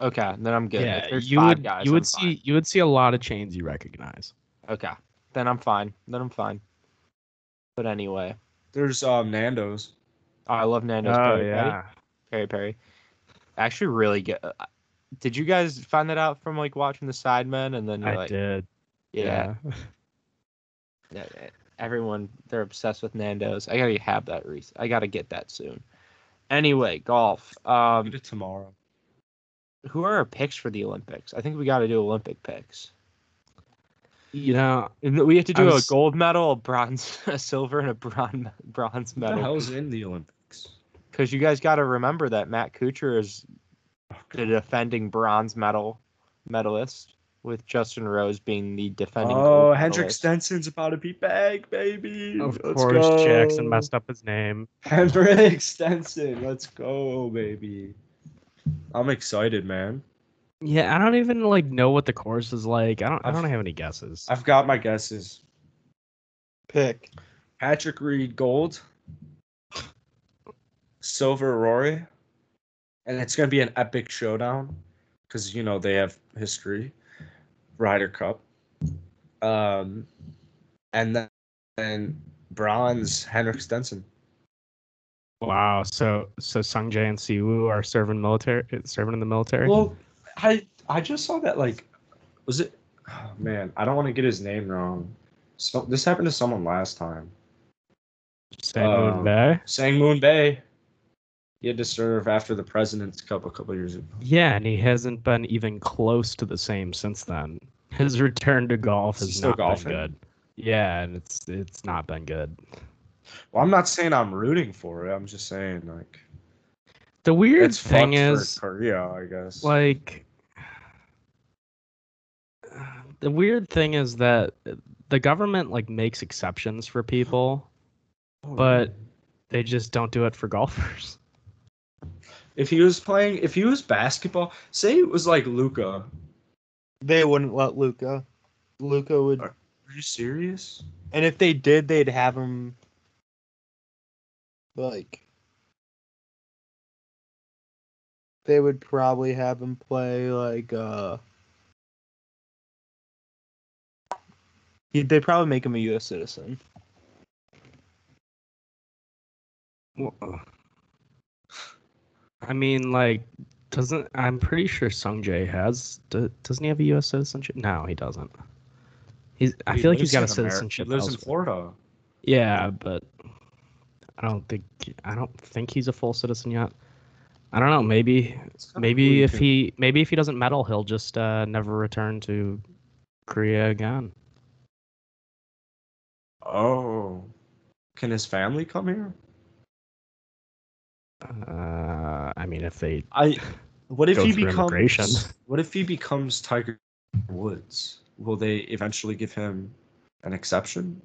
B: Okay, then I'm good. If
C: Yeah,
B: there's
C: you
B: five
C: would
B: guys,
C: you would
B: I'm
C: see you would see a lot of chains you recognize.
B: fine. Okay, then I'm fine. Then I'm fine. But anyway, oh,
A: There's um Nando's.
B: I love Nando's
A: Oh,
C: Oh,
B: peri peri. Peri peri. Actually, really good. Uh, Did you guys find that out from like watching the Sidemen and then you're
C: I
B: like,
C: did.
B: yeah,
C: yeah.
B: yeah, yeah. everyone they're obsessed with Nando's. I gotta have that. Reese. I gotta get that soon. Anyway, golf.
A: I'll
B: Um,
A: Get it tomorrow.
B: who are our picks for the Olympics? I think we got to do Olympic picks.
C: You know,
B: And th- We have to
C: I
B: do
C: was-
B: a gold medal, a bronze, a silver, and a bronze bronze
A: What the
B: medal.
A: hell's in the Olympics?
B: Because you guys got to remember that Matt Kuchar is the defending bronze medal medalist. with Justin Rose being the defending.
A: oh,
B: gold
A: Hendrik
B: medalist.
A: Stenson's about to be back, baby.
C: Of
A: Let's
C: course,
A: go.
C: Jackson messed up his name.
A: Hendrik Stenson, let's go, baby. I'm excited, man.
C: Yeah, I don't even like know what the course is like. I don't. I
A: I've-
C: don't have any guesses.
A: I've got my guesses.
B: Pick.
A: Patrick Reed Gold, Silver Rory, and it's going to be an epic showdown because you know they have history, Ryder Cup, um, and then and bronze Henrik Stenson.
C: Wow. So so Sungjae and Siwoo are serving military, serving in the military.
A: Well, I I just saw that like, was it? Oh, man, I don't want to get his name wrong. So this happened to someone last time.
C: Sang-Moon
A: um,
C: Bae?
A: Sang Moon Bay. He had to serve after the President's Cup a couple years ago.
C: Yeah, and he hasn't been even close to the same since then. His return to golf
A: Is he
C: has
A: still
C: not
A: golfing?
C: been good. Yeah, and it's it's not been good.
A: Well, I'm not saying I'm rooting for it. I'm just saying like
C: The weird
A: it's
C: thing
A: fucked
C: is,
A: for Korea, I guess.
C: like, the weird thing is that the government like makes exceptions for people, but they just don't do it for golfers.
A: if he was playing, if he was basketball, say it was like Luca. Are
B: They wouldn't let Luca. Luca would,
A: Alright. you serious?
B: and if they did, they'd have him. Like, they would probably have him play like. uh He'd, they'd probably make him a U.S. citizen.
C: uh, I mean, like, doesn't I'm pretty sure Sungjae has do, doesn't he have a U.S. citizenship? No, he doesn't. He's I
A: He
C: feel like he's
A: lives
C: got a
A: in Ameri-
C: citizenship.
A: he lives in
C: elsewhere.
A: Florida.
C: Yeah, but I don't think I don't think he's a full citizen yet. I don't know. Maybe
A: It's kinda cool
C: maybe
A: you
C: if
A: can-
C: he maybe if he doesn't medal, he'll just uh, never return to Korea again.
A: Oh, can his family come here?
C: Uh, I mean, if they
A: I. What if
C: Go
A: he
C: through
A: becomes?
C: immigration.
A: What if he becomes Tiger Woods? Will they eventually give him an exception?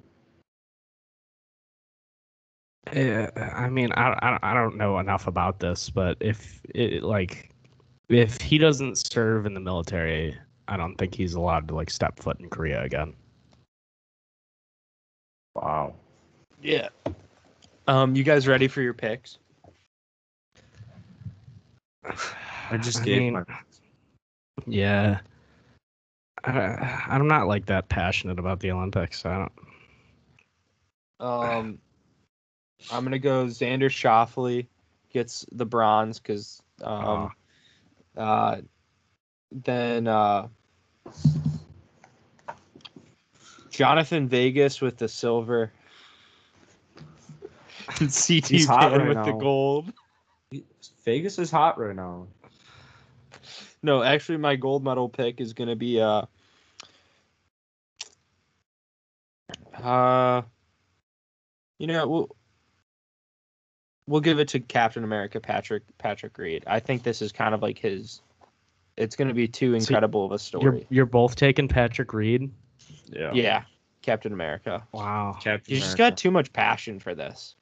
C: Yeah, Uh, I mean, I, I, I don't know enough about this, but if it like if he doesn't serve in the military, I don't think he's allowed to like step foot in Korea again.
A: Wow.
B: Yeah. Um, you guys ready for your picks?
A: I just
C: I
A: gave
C: mean,
A: my.
C: Yeah, I, I'm not like that passionate about the Olympics. I don't.
B: Um, I'm gonna go. Xander Shoffley gets the bronze because um, uh, then uh, Jonathan Vegas with the silver.
C: uh,
B: And CT
A: He's hot
B: Pan
A: right
B: with the
A: now.
B: gold.
A: Vegas is hot right now.
B: No, actually, my gold medal pick is gonna be uh, uh, you know, we'll we'll give it to Captain America, Patrick Patrick Reed. I think this is kind of like his. It's gonna be too incredible of a
C: You're
B: story.
C: you're both taking Patrick Reed.
A: Yeah.
B: Yeah, Captain America.
C: Wow,
A: Captain
B: You just got too much passion for this.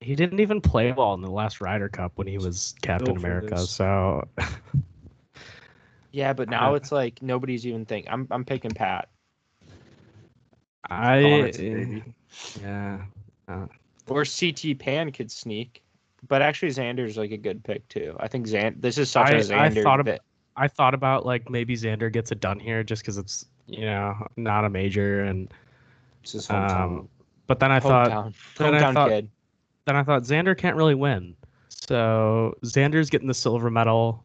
C: he didn't even play well in the last Ryder Cup when he was Captain
A: Built for
C: America.
A: this.
C: So
B: Yeah, but
C: Uh,
B: now it's like nobody's even thinking. I'm I'm picking Pat.
C: I
A: Donuts, baby.
C: yeah.
B: Or CT Pan could sneak. But actually, Xander's like a good pick too. I think Xander. This is such a
C: I- I
B: Xander.
C: thought ab-
B: bit.
C: I thought about like maybe Xander gets it done here just because it's you know not a major and
A: It's his hometown.
C: um, but then I thought
B: hometown,
C: then I
B: hometown
C: thought-
B: kid.
C: then I thought Xander can't really win, so Xander's getting the silver medal.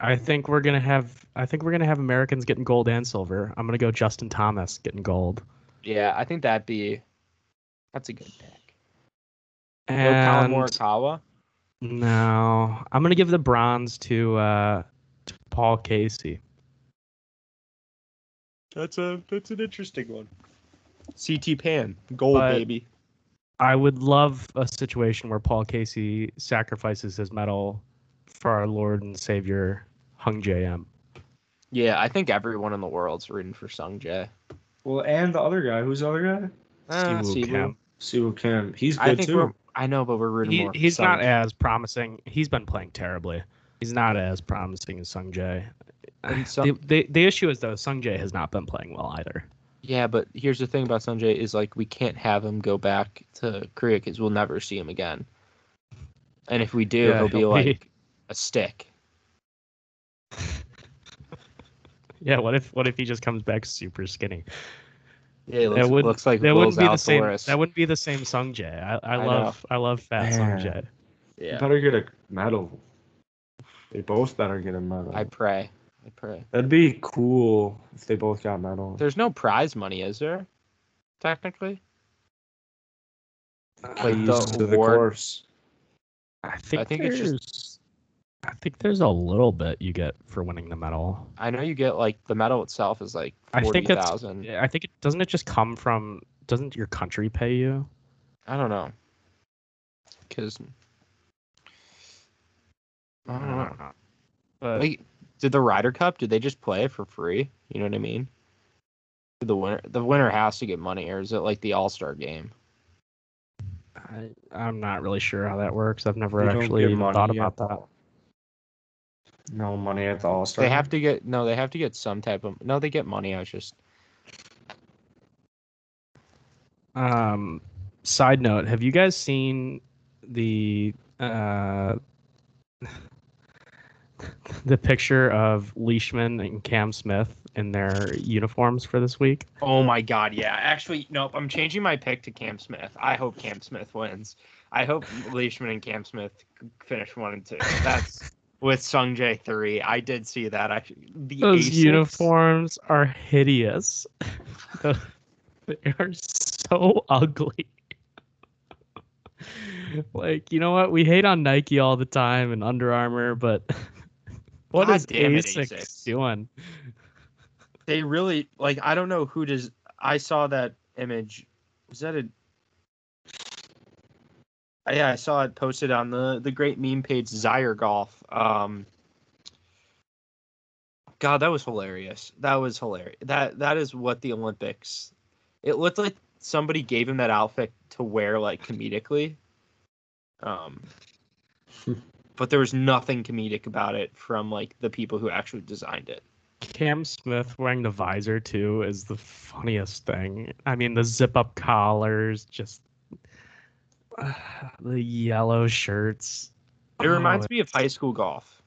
C: I think we're gonna have I think we're gonna have Americans getting gold and silver. I'm gonna go Justin Thomas getting gold.
B: Yeah, I think that'd be. That's a good pick. Go Colin
C: And
B: Morikawa.
C: no, I'm gonna give the bronze to uh, to Paul Casey.
B: That's a that's an interesting one. CT Pan, gold
C: But-
B: baby.
C: I would love a situation where Paul Casey sacrifices his medal for our Lord and Savior Hung J M.
B: Yeah, I think everyone in the world's rooting for Sung Jae.
A: Well, and the other guy, who's the other guy?
B: Uh,
C: Siwoo
B: Siwoo.
C: Kim.
A: Siwoo Kim. He's
B: I
A: good
B: think
A: too.
B: we're. I know, but we're rooting
C: He,
B: more. for
C: he's
B: Sung
C: not
B: Jae.
C: as promising. He's been playing terribly. He's not as promising as Sung Jae.
B: And
C: the,
B: Sung-
C: the, the issue is though Sung Jae has not been playing well either.
B: Yeah, but here's the thing about Sanjay is like we can't have him go back to Korea because we'll never see him again. And if we do,
C: Yeah,
B: he'll be
C: he'll be-
B: like a stick.
C: Yeah, what if what if he just comes back super skinny?
B: Yeah, it looks,
C: would-
B: looks like
C: that
B: Will's
C: wouldn't be the same.
B: Alvarez.
C: That wouldn't be the same Sung Jae. I, I,
B: I
C: love I love fat
A: Man.
C: Sung Jae.
B: yeah,
A: Better get a medal. They both better get a medal.
B: I pray. I pray.
A: That'd be cool if they both got medals.
B: There's no prize money, is there? Technically, like the
A: Keys to the
B: award-
A: course.
C: I think,
B: think it's
C: there's
B: just-
C: I think there's a little bit you get for winning the medal.
B: I know you get like the medal itself is like
C: I
B: forty
C: think it's-
B: thousand.
C: Yeah, I think it doesn't it just come from doesn't your country pay you?
B: I don't know, because I don't know.
C: know. But
B: Like, did the Ryder Cup? Did they just play it for free? You know what I mean? Did the winner, the winner has to get money, or is it like the All Star game?
C: I, I'm not really sure how that works. I've never
A: They don't
C: actually
A: get
C: even
A: money
C: thought
A: at
C: about that.
A: all. No money at the All Star.
B: They have to get no. They have to get some type of no. They get money. I was just
C: Um, side note: Have you guys seen the uh, the picture of Leishman and Cam Smith in their uniforms for this week?
B: Oh my god, yeah. Actually, nope. I'm changing my pick to Cam Smith. I hope Cam Smith wins. I hope Leishman and Cam Smith finish one and two. That's with Sung Jae three. I did see that. I the
C: Those
B: Asics-
C: uniforms are hideous. they are so ugly. like you know what? We hate on Nike all the time and Under Armour, but what
B: God
C: is
B: damn it,
C: ASICS
B: ASICS.
C: doing?
B: They really like. I don't know who does. I saw that image. Was that a? Yeah, I saw it posted on the the great meme page Zyre Golf. Um, God, that was hilarious. That was hilarious. That that is what the Olympics. It looked like somebody gave him that outfit to wear like comedically. Um but there was nothing comedic about it from like the people who actually designed it.
C: Cam Smith wearing the visor too is the funniest thing. I mean, the zip up collars, just the yellow shirts.
B: It reminds me of high school golf.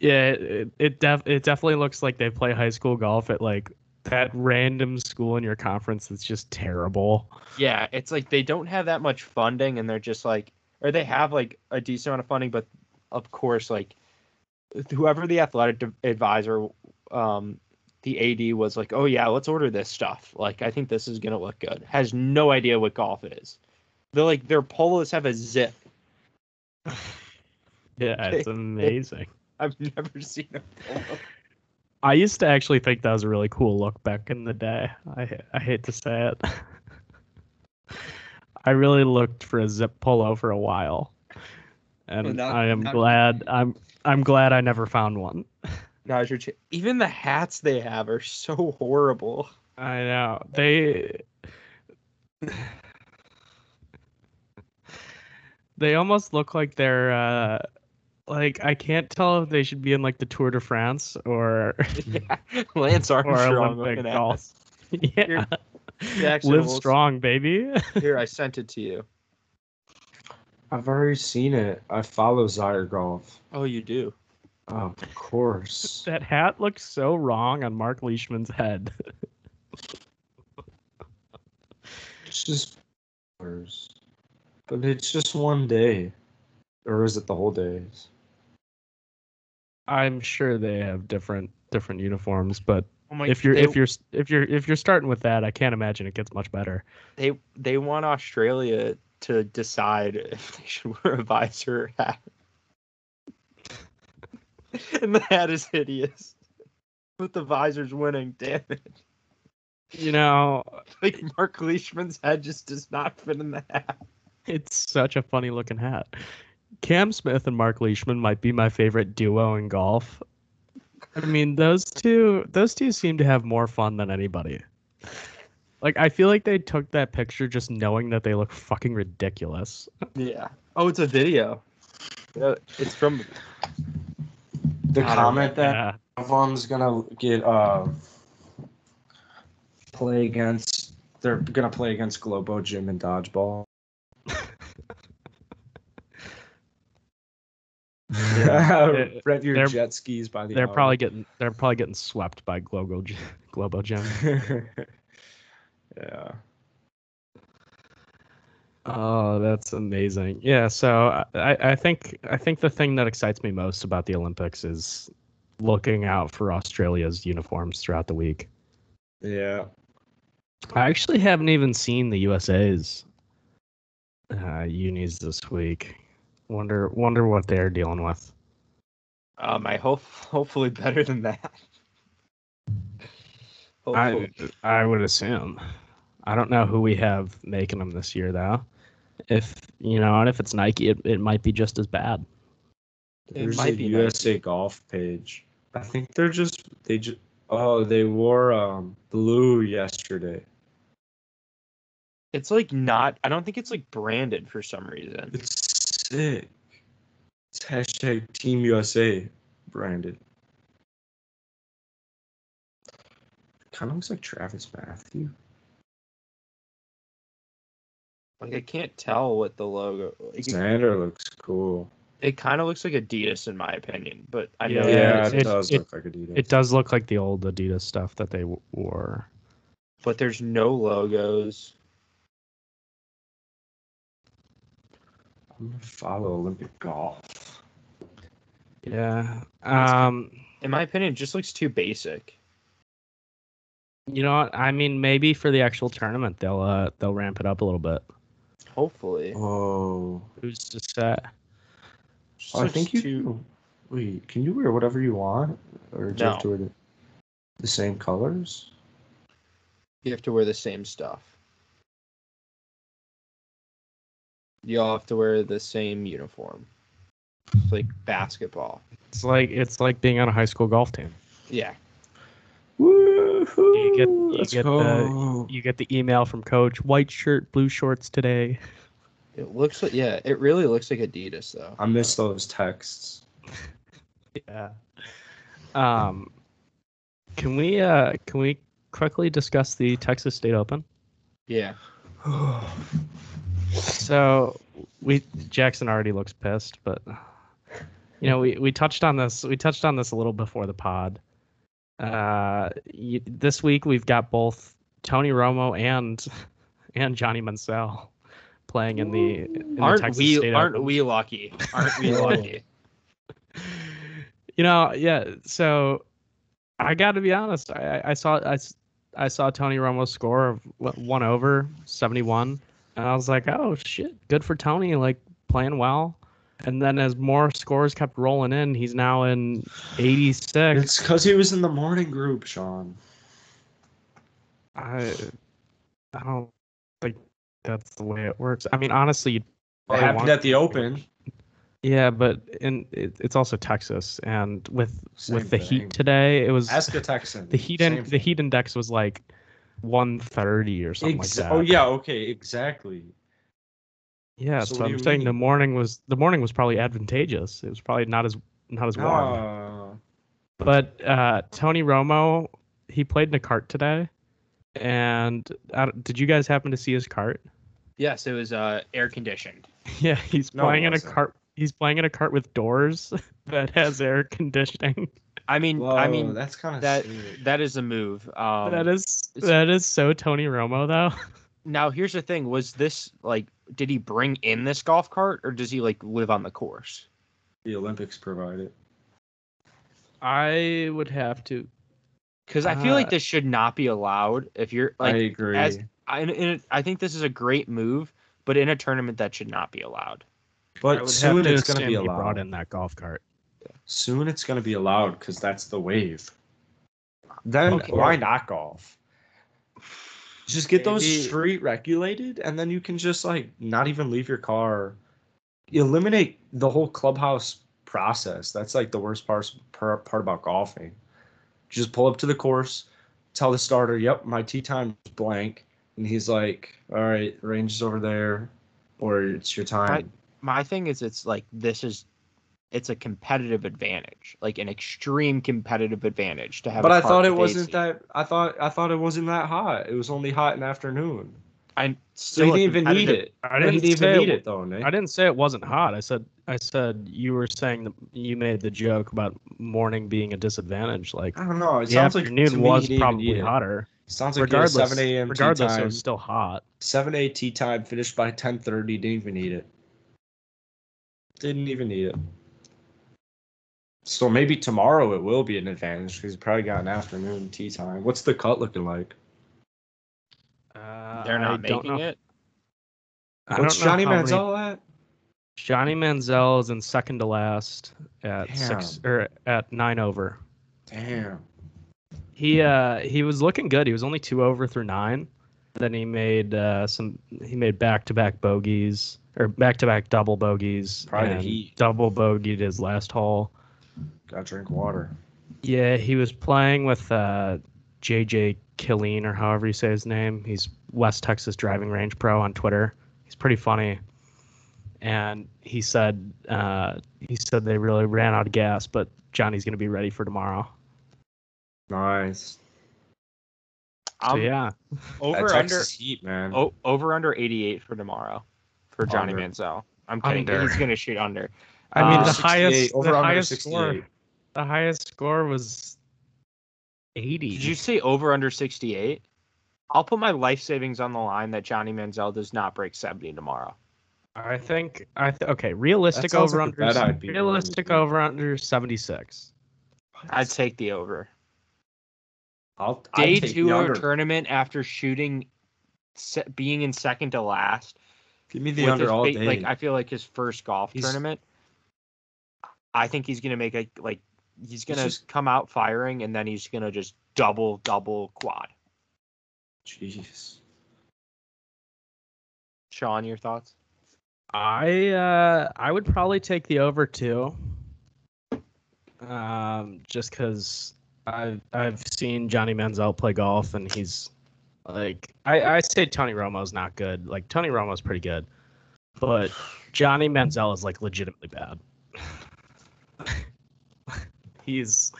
C: Yeah, it it, def- it definitely looks like they play high school golf at like that random school in your conference that's just terrible.
B: Yeah, it's like they don't have that much funding and they're just like or they have like a decent amount of funding but of course like whoever the athletic di- advisor um the AD was like, "Oh yeah, let's order this stuff. Like I think this is going to look good." Has no idea what golf is. They're like their polos have a zip.
C: Yeah, it's amazing.
B: I've never seen a polo.
C: I used to actually think that was a really cool look back in the day. I I hate to say it. I really looked for a zip polo for a while, and
B: Well, not-
C: I am
B: not-
C: glad I'm I'm glad I never found one.
B: No, it's your ch- even the hats they have are so horrible.
C: I know they they almost look like they're uh, like I can't tell if they should be in like the Tour de France or
B: yeah. Lance
C: or
B: Armstrong
C: Olympic
B: looking at
C: golf.
B: us.
C: yeah.
B: Jackson
C: Live
B: Wilson.
C: strong, baby.
B: Here, I sent it to you.
A: I've already seen it. I follow Zyre Golf. Oh,
B: Oh, you do.
A: Of course.
C: that hat looks so wrong on Mark Leishman's head.
A: It's just hours. But it's just one day. Or is it the whole days?
C: I'm sure they have different different uniforms, but
B: Oh my!
C: if you're
B: they,
C: if you're if you're if you're starting with that, I can't imagine it gets much better.
B: they they want Australia to decide if they should wear a visor or hat, and the hat is hideous, but the visor's winning. Damn it!
C: You know,
B: Like Mark Leishman's head just does not fit in the hat.
C: it's such a funny looking hat. Cam Smith and Mark Leishman might be my favorite duo in golf. I mean, those two those two seem to have more fun than anybody. Like I feel like they took that picture just knowing that they look fucking ridiculous.
B: Yeah. Oh, it's a video. Yeah, It's from.
A: The
B: I don't
A: comment that
C: Yeah.
A: one of them's gonna get uh play against. They're gonna play against Globo Gym and Dodgeball. yeah,
C: They're-
A: rev your
C: they're-
A: jet skis by the.
C: They're
A: hour.
C: probably getting they're probably getting swept by Globo G- Globo Gym.
A: yeah.
C: Oh, that's amazing. Yeah, so I, I think I think the thing that excites me most about the Olympics is looking out for Australia's uniforms throughout the week.
A: Yeah.
C: I actually haven't even seen the USA's uh, unis this week. Wonder wonder what they're dealing with.
B: Um, I hope hopefully better than that.
C: I
B: Hopefully.
C: I would assume. I don't know who we have making them this year though. If you know, and if it's Nike, it, it might be just as bad.
B: It
A: There's
B: might
A: a
B: be
A: USA Golf page. I think they're just they just oh they wore um blue yesterday.
B: It's like not. I don't think it's like branded for some reason.
A: It's sick. It's hashtag Team USA branded. Kind of looks like Travis Matthew.
B: Like I can't tell what the logo. Like, it
A: Xander looks cool.
B: it kind of looks like Adidas in my opinion, but I know.
A: Yeah,
B: Yeah.
C: Yeah,
A: it,
C: it-
A: does
C: it-
A: look like Adidas.
C: It does look like the old Adidas stuff that they w- wore.
B: But there's no logos.
A: I'm gonna follow Olympic golf.
C: Yeah. Um.
B: In my opinion, it just looks too basic.
C: You know what? I mean, maybe for the actual tournament, they'll uh they'll ramp it up a little bit.
B: Hopefully.
A: Oh,
C: Who's to say?
B: Just
A: oh I
B: looks
A: think you.
B: too-
A: Wait, can you wear whatever you want, or do you have
B: No.
A: to wear the, the same colors?
B: You have to wear the same stuff. You all have to wear the same uniform. It's like basketball.
C: It's like it's like being on a high school golf team.
B: Yeah.
A: Woohoo!
C: You get- you
A: Let's
C: get the-
A: go.
C: You get the email from coach, white shirt, blue shorts today.
B: It looks like yeah, it really looks like Adidas though.
A: I miss those texts.
C: Yeah. Um. Can we uh can we quickly discuss the Texas State Open?
B: Yeah.
C: So we Jackson already looks pissed, but you know we, we touched on this we touched on this a little before the pod. Uh, y this week we've got both Tony Romo and and Johnny Mansell playing in the, in the
B: aren't
C: Texas
B: we
C: State
B: aren't
C: Open.
B: we lucky? Aren't we lucky?
C: You know, yeah. So I got to be honest. I, I I saw I, s- I saw Tony Romo's score of what, one over seventy one, and I was like, oh shit, good for Tony, like playing well. And then as more scores kept rolling in, he's now in eighty six.
A: It's because he was in the morning group, Sean.
C: I I don't think that's the way it works. I mean, honestly, you'd
A: It
C: probably
A: happened
C: want-
A: at the Open.
C: yeah, but in it, it's also Texas, and with
A: Same
C: with the
A: thing.
C: heat today, it was
A: Ask a Texan.
C: the heat
A: Same
C: in, the
A: thing.
C: heat index was like 130 or something
A: Ex-
C: like that.
A: Oh yeah, okay, exactly. So
C: yeah. That's
A: what
C: what
A: do
C: I'm
A: you
C: saying. The
A: mean?
C: morning was the morning was probably advantageous. It was probably not as not as
A: Ah.
C: warm.
A: No.
C: But uh, Tony Romo, he played in a cart today, and I don't- did you guys happen to see his cart?
B: yes, it was uh air conditioned.
C: Yeah, he's
A: No, it
C: playing in a
A: wasn't.
C: cart. He's playing in a cart with doors that has air conditioning.
B: I mean
A: Whoa,
B: I mean
A: that's kind of
B: that that is a move. Um
C: that is
B: it's-
C: that is so Tony Romo though.
B: Now, here's the thing: was this like, did he bring in this golf cart, or does he like live on the course?
A: the Olympics provide it.
C: I would have to.
B: Because I feel like
C: Uh,
B: this should not be allowed. If you're
A: I
B: like,
A: agree.
B: as- I, in, in, I think this is a great move, but in a tournament that should not be allowed.
C: I
A: but
C: would
A: soon
C: have to
A: it's going to
C: assume
A: be
C: he brought
A: allowed.
C: in that golf cart.
A: Soon it's going to be allowed because that's the wave. Then
B: Okay.
A: why not golf? Just get those
B: Maybe-
A: street regulated, and then you can just like not even leave your car eliminate the whole clubhouse process. That's like the worst part part about golfing. Just pull up to the course, tell the starter, "Yep, my tee time is blank," and he's like, "All right, range is over there, or it's your time."
B: Right. my thing is it's like this is it's a competitive advantage like an extreme competitive advantage to have
A: but
B: a
A: I
B: cart
A: thought it
B: with
A: wasn't
B: AC.
A: that. I thought I thought it wasn't that hot. It was only hot in the afternoon.
B: i
A: So
B: still
A: you
B: a
A: didn't even need
B: competitive-
A: it.
C: I
A: You
C: didn't
A: didn't even
C: say
A: need
C: it-
A: it though, Nick.
C: I didn't say it wasn't hot. I said I said you were saying that you made the joke about morning being a disadvantage. Like
A: I don't know. It
C: the
A: sounds like
C: afternoon
A: to me you
C: was
A: didn't even need
C: probably
A: it.
C: hotter.
A: Sounds like you had a
C: Regardless,
A: seven a.m. tee
C: regardless, it
A: time.
C: was still hot.
A: Seven a.m. tee time. Finished by ten thirty. Didn't even need it. Didn't even need it. So maybe tomorrow it will be an advantage because you probably got an afternoon tea time. What's the cut looking like?
C: Uh,
B: they're not making it
C: I don't
A: What's
C: know
A: Johnny
C: how many-
A: Manziel at?
C: Johnny Manziel is in second to last at six or at nine over.
A: Damn.
C: He uh he was looking good. He was only two over through nine. Then he made uh some he made back to back bogeys or back to back double bogeys.
A: Probably the
C: and
A: heat.
C: Double bogeyed his last hole.
A: Gotta drink water.
C: Yeah, he was playing with uh JJ Killeen or however you say his name. He's West Texas driving range pro on Twitter. He's pretty funny. And he said uh he said they really ran out of gas, but Johnny's gonna be ready for tomorrow.
A: Nice.
C: So
B: I'm
C: yeah.
A: That
B: over under
A: Texas heat, man.
B: oh, over under 88 for tomorrow for johnny
A: Under.
B: manziel i'm kidding
C: Under.
B: he's gonna shoot under
C: I mean
B: Uh,
C: the
A: 68,
C: highest
A: over
C: the
A: under
C: highest score
A: 68.
C: the highest score was eighty.
B: Did you say over under 68? I'll put my life savings on the line that Johnny Manziel does not break 70 tomorrow.
C: I think I th- okay, realistic
A: sounds
C: over
A: like a
C: under
A: bad idea.
C: realistic over under seventy six.
B: I'd take the over.
A: I'll,
B: Day
A: I'd take
B: two
A: the
B: of
A: under.
B: a tournament after shooting, se- being in second to last.
A: Give me the
B: with
A: under
B: his
A: all
B: ba-
A: day.
B: Like I feel like his first golf
A: He's-
B: tournament. I think he's gonna make a like. He's gonna
A: just-
B: come out firing, and then he's gonna just double, double quad.
A: Jeez.
B: Sean, your thoughts?
C: I uh, I would probably take the over too. Um, just because I've I've seen Johnny Manziel play golf and he's like I I say Tony Romo's not good. Like Tony Romo's pretty good, but Johnny Manziel is like legitimately bad. he's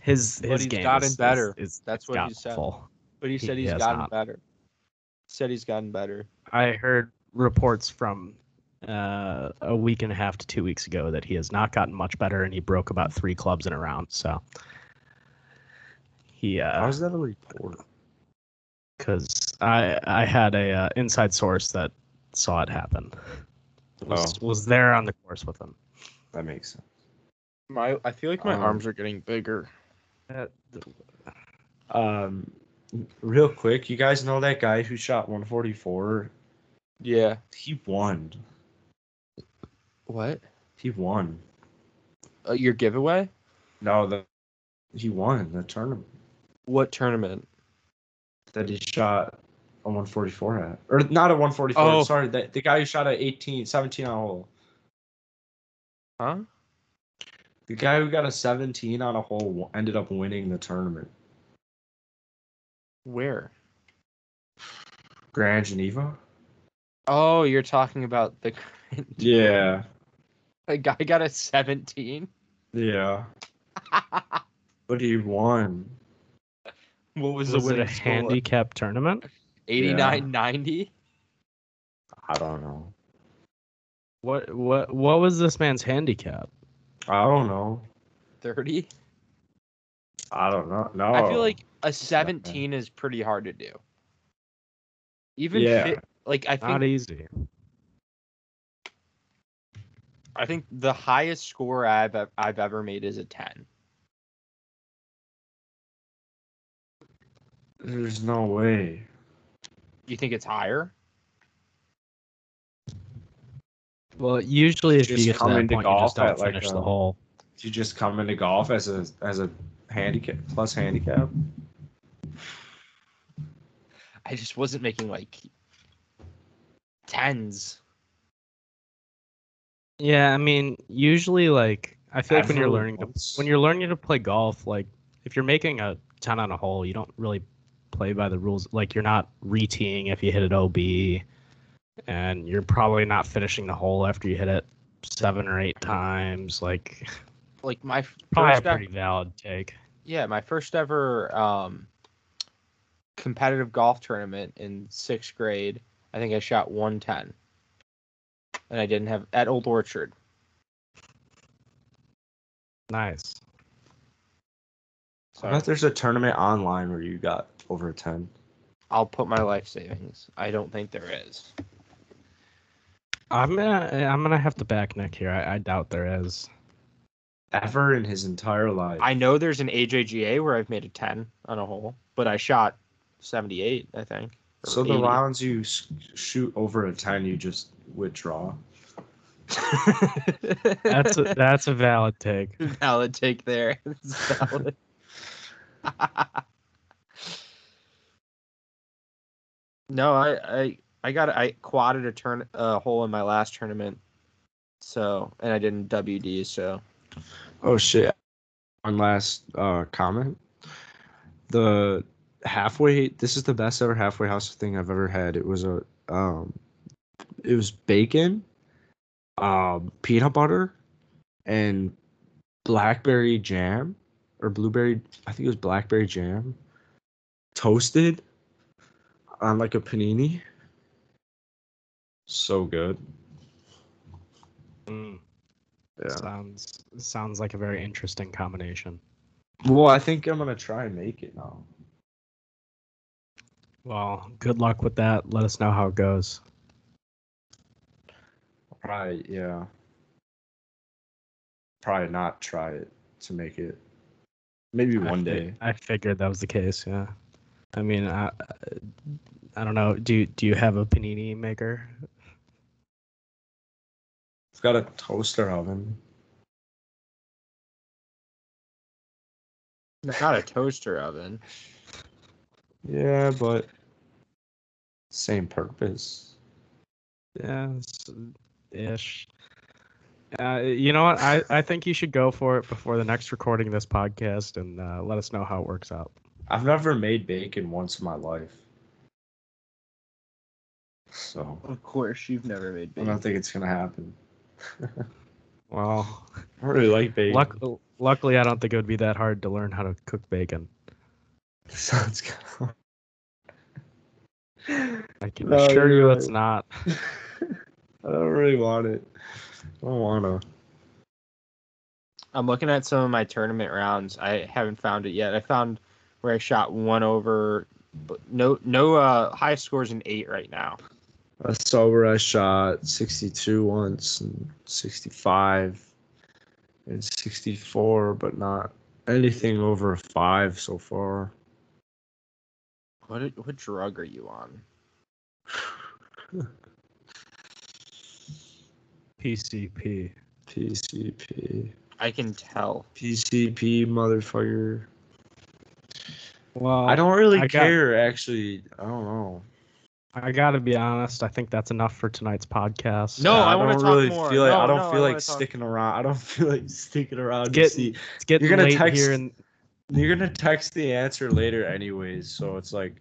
C: his his
B: But he's
C: game
B: gotten
C: is,
B: better.
C: Is, is
B: That's what he said.
C: awful.
B: But he
C: He-
B: said
C: he
B: he's
C: has
B: gotten
C: not.
B: better. Said he's gotten better.
C: I heard reports from uh, a week and a half to two weeks ago that he has not gotten much better, and he broke about three clubs in a round. So he, uh,
A: How is that a report?
C: because I I had a uh, inside source that saw it happen.
A: Oh.
C: Was was there on the course with him.
A: that makes sense.
B: My, I feel like
C: Um,
A: my arms
B: are getting bigger.
A: Um, real quick, you guys know that guy who shot 144?
B: Yeah.
A: He won.
B: What?
A: He won.
B: Uh, your giveaway?
A: No, the he won the tournament
B: What tournament?
A: that he shot a 144 at, or not a 144.
B: Oh.
A: Sorry, the, the guy who shot at 18, 17 on a hole.
B: Huh?
A: The guy who got a 17 on a hole w- ended up winning the tournament.
B: Where?
A: Grand Geneva.
B: Oh, you're talking about the
A: Yeah,
B: the guy got a 17.
A: yeah. But he won.
B: what was,
C: Was
B: the
C: it
B: winning
C: a handicap tournament?
B: 89 90?
A: I don't know.
C: What what what was this man's handicap?
A: I don't know.
B: 30?
A: I don't know. No.
B: I
C: Oh,
B: feel like a 17 is pretty hard to do. Even
A: Yeah.
B: fi- like I
C: Not e
B: think
C: easy.
B: I think the highest score I've I've ever made is a 10.
A: there's no way.
B: You think it's higher?
C: Well, usually if
A: Just
C: you get to
A: come
C: that
A: into
C: point, you
A: golf
C: just don't
A: at, like,
C: finish
A: a-
C: the hole.
A: you just come into golf as a as a handicap plus handicap?
B: I just wasn't making like tens.
C: Yeah, I mean, usually like I feel like when you're
A: Ever
C: learning to,
A: once.
C: when you're learning to play golf, like if you're making a ten on a hole, you don't really play by the rules. Like you're not reteeing if you hit it OB, and you're probably not finishing the hole after you hit it seven or eight times. Like
B: Like my f-
C: probably a
B: first ever-
C: Oh, pretty valid take.
B: yeah, my first ever um, competitive golf tournament in sixth grade. I think I shot 110, and I didn't have at Old Orchard.
C: Nice.
A: I bet there's a tournament online where you got over ten.
B: I'll put my life savings. I don't think there is.
C: I'm gonna eh, I'm gonna have to back Nick here. I, I doubt there is.
A: Ever in his entire life.
B: I know there's an AJGA where I've made a 10 on a hole, but I shot 78, I think. or
A: so the
B: 80.
A: rounds you s- shoot over a ten, you just withdraw.
C: That's a, that's a valid take.
B: valid take there. It's valid. no, I, I I got I quadded a turn a hole in my last tournament. So and I didn't WD, so
A: Oh shit! One last uh, comment. The halfway. This is the best ever halfway house thing I've ever had. It was a. Um, it was bacon, um, peanut butter, and blackberry jam or blueberry. I think it was blackberry jam, toasted on like a panini. So good.
C: Mm,
A: Yeah.
C: Sounds sounds like a very interesting combination.
A: Well, I think I'm gonna try and make it now.
C: Well, good luck with that. Let us know how it goes.
A: Probably, yeah. Probably not try it to make it. Maybe
C: I
A: one
C: fi-
A: day.
C: I figured that was the case. Yeah. I mean, I I don't know. Do do you have a panini maker?
A: I've got a toaster oven.
B: not a toaster oven.
A: Yeah, but same purpose.
C: Yeah, it's ish. Uh, you know what? I, I think you should go for it before the next recording of this podcast and uh, let us know how it works out.
A: I've never made bacon once in my life. So
B: Of course you've never made
A: I don't think it's gonna happen.
C: Well,
A: I don't really like bacon.
C: luck, luckily, I don't think it would be that hard to learn how to cook bacon.
A: Sounds good.
C: I can
A: No,
C: assure
A: Oh, you're
C: you
A: right.
C: it's not.
A: I don't really want it. I don't wanna.
B: I'm looking at some of my tournament rounds. I haven't found it yet. I found where I shot one over, but no, no uh, high scores in eight right now.
A: I saw where I shot 62 once and 65 and 64, but not anything over a five so far.
B: What what drug are you on?
C: PCP.
A: PCP.
B: I can tell.
A: PCP, motherfucker.
C: Well,
A: I don't really
C: I got-
A: care, actually. I don't know.
C: I gotta be honest. I think that's enough for tonight's podcast.
B: No,
A: Yeah,
B: I wanna
A: don't
B: talk
A: really
B: more.
A: feel like
B: No,
A: I don't
B: no, I
A: feel
B: wanna
A: like
B: talk-
A: sticking around. I don't feel like sticking around.
C: Get-
A: to see.
C: it's getting
A: you're gonna
C: late
A: text-
C: here, and
A: You're gonna text the answer later, anyways. So it's like,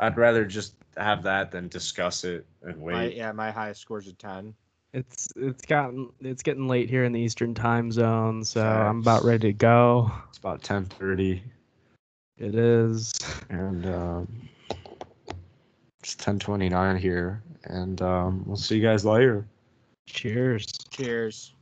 A: I'd rather just have that than discuss it and wait.
B: My, yeah, my highest scores a ten.
C: it's it's gotten it's getting late here in the Eastern Time Zone. So I'm
A: Facts.
C: about ready to go.
A: It's about ten thirty,
C: It is.
A: and um, it's ten twenty nine here, and um, we'll see you guys later.
C: Cheers.
B: Cheers.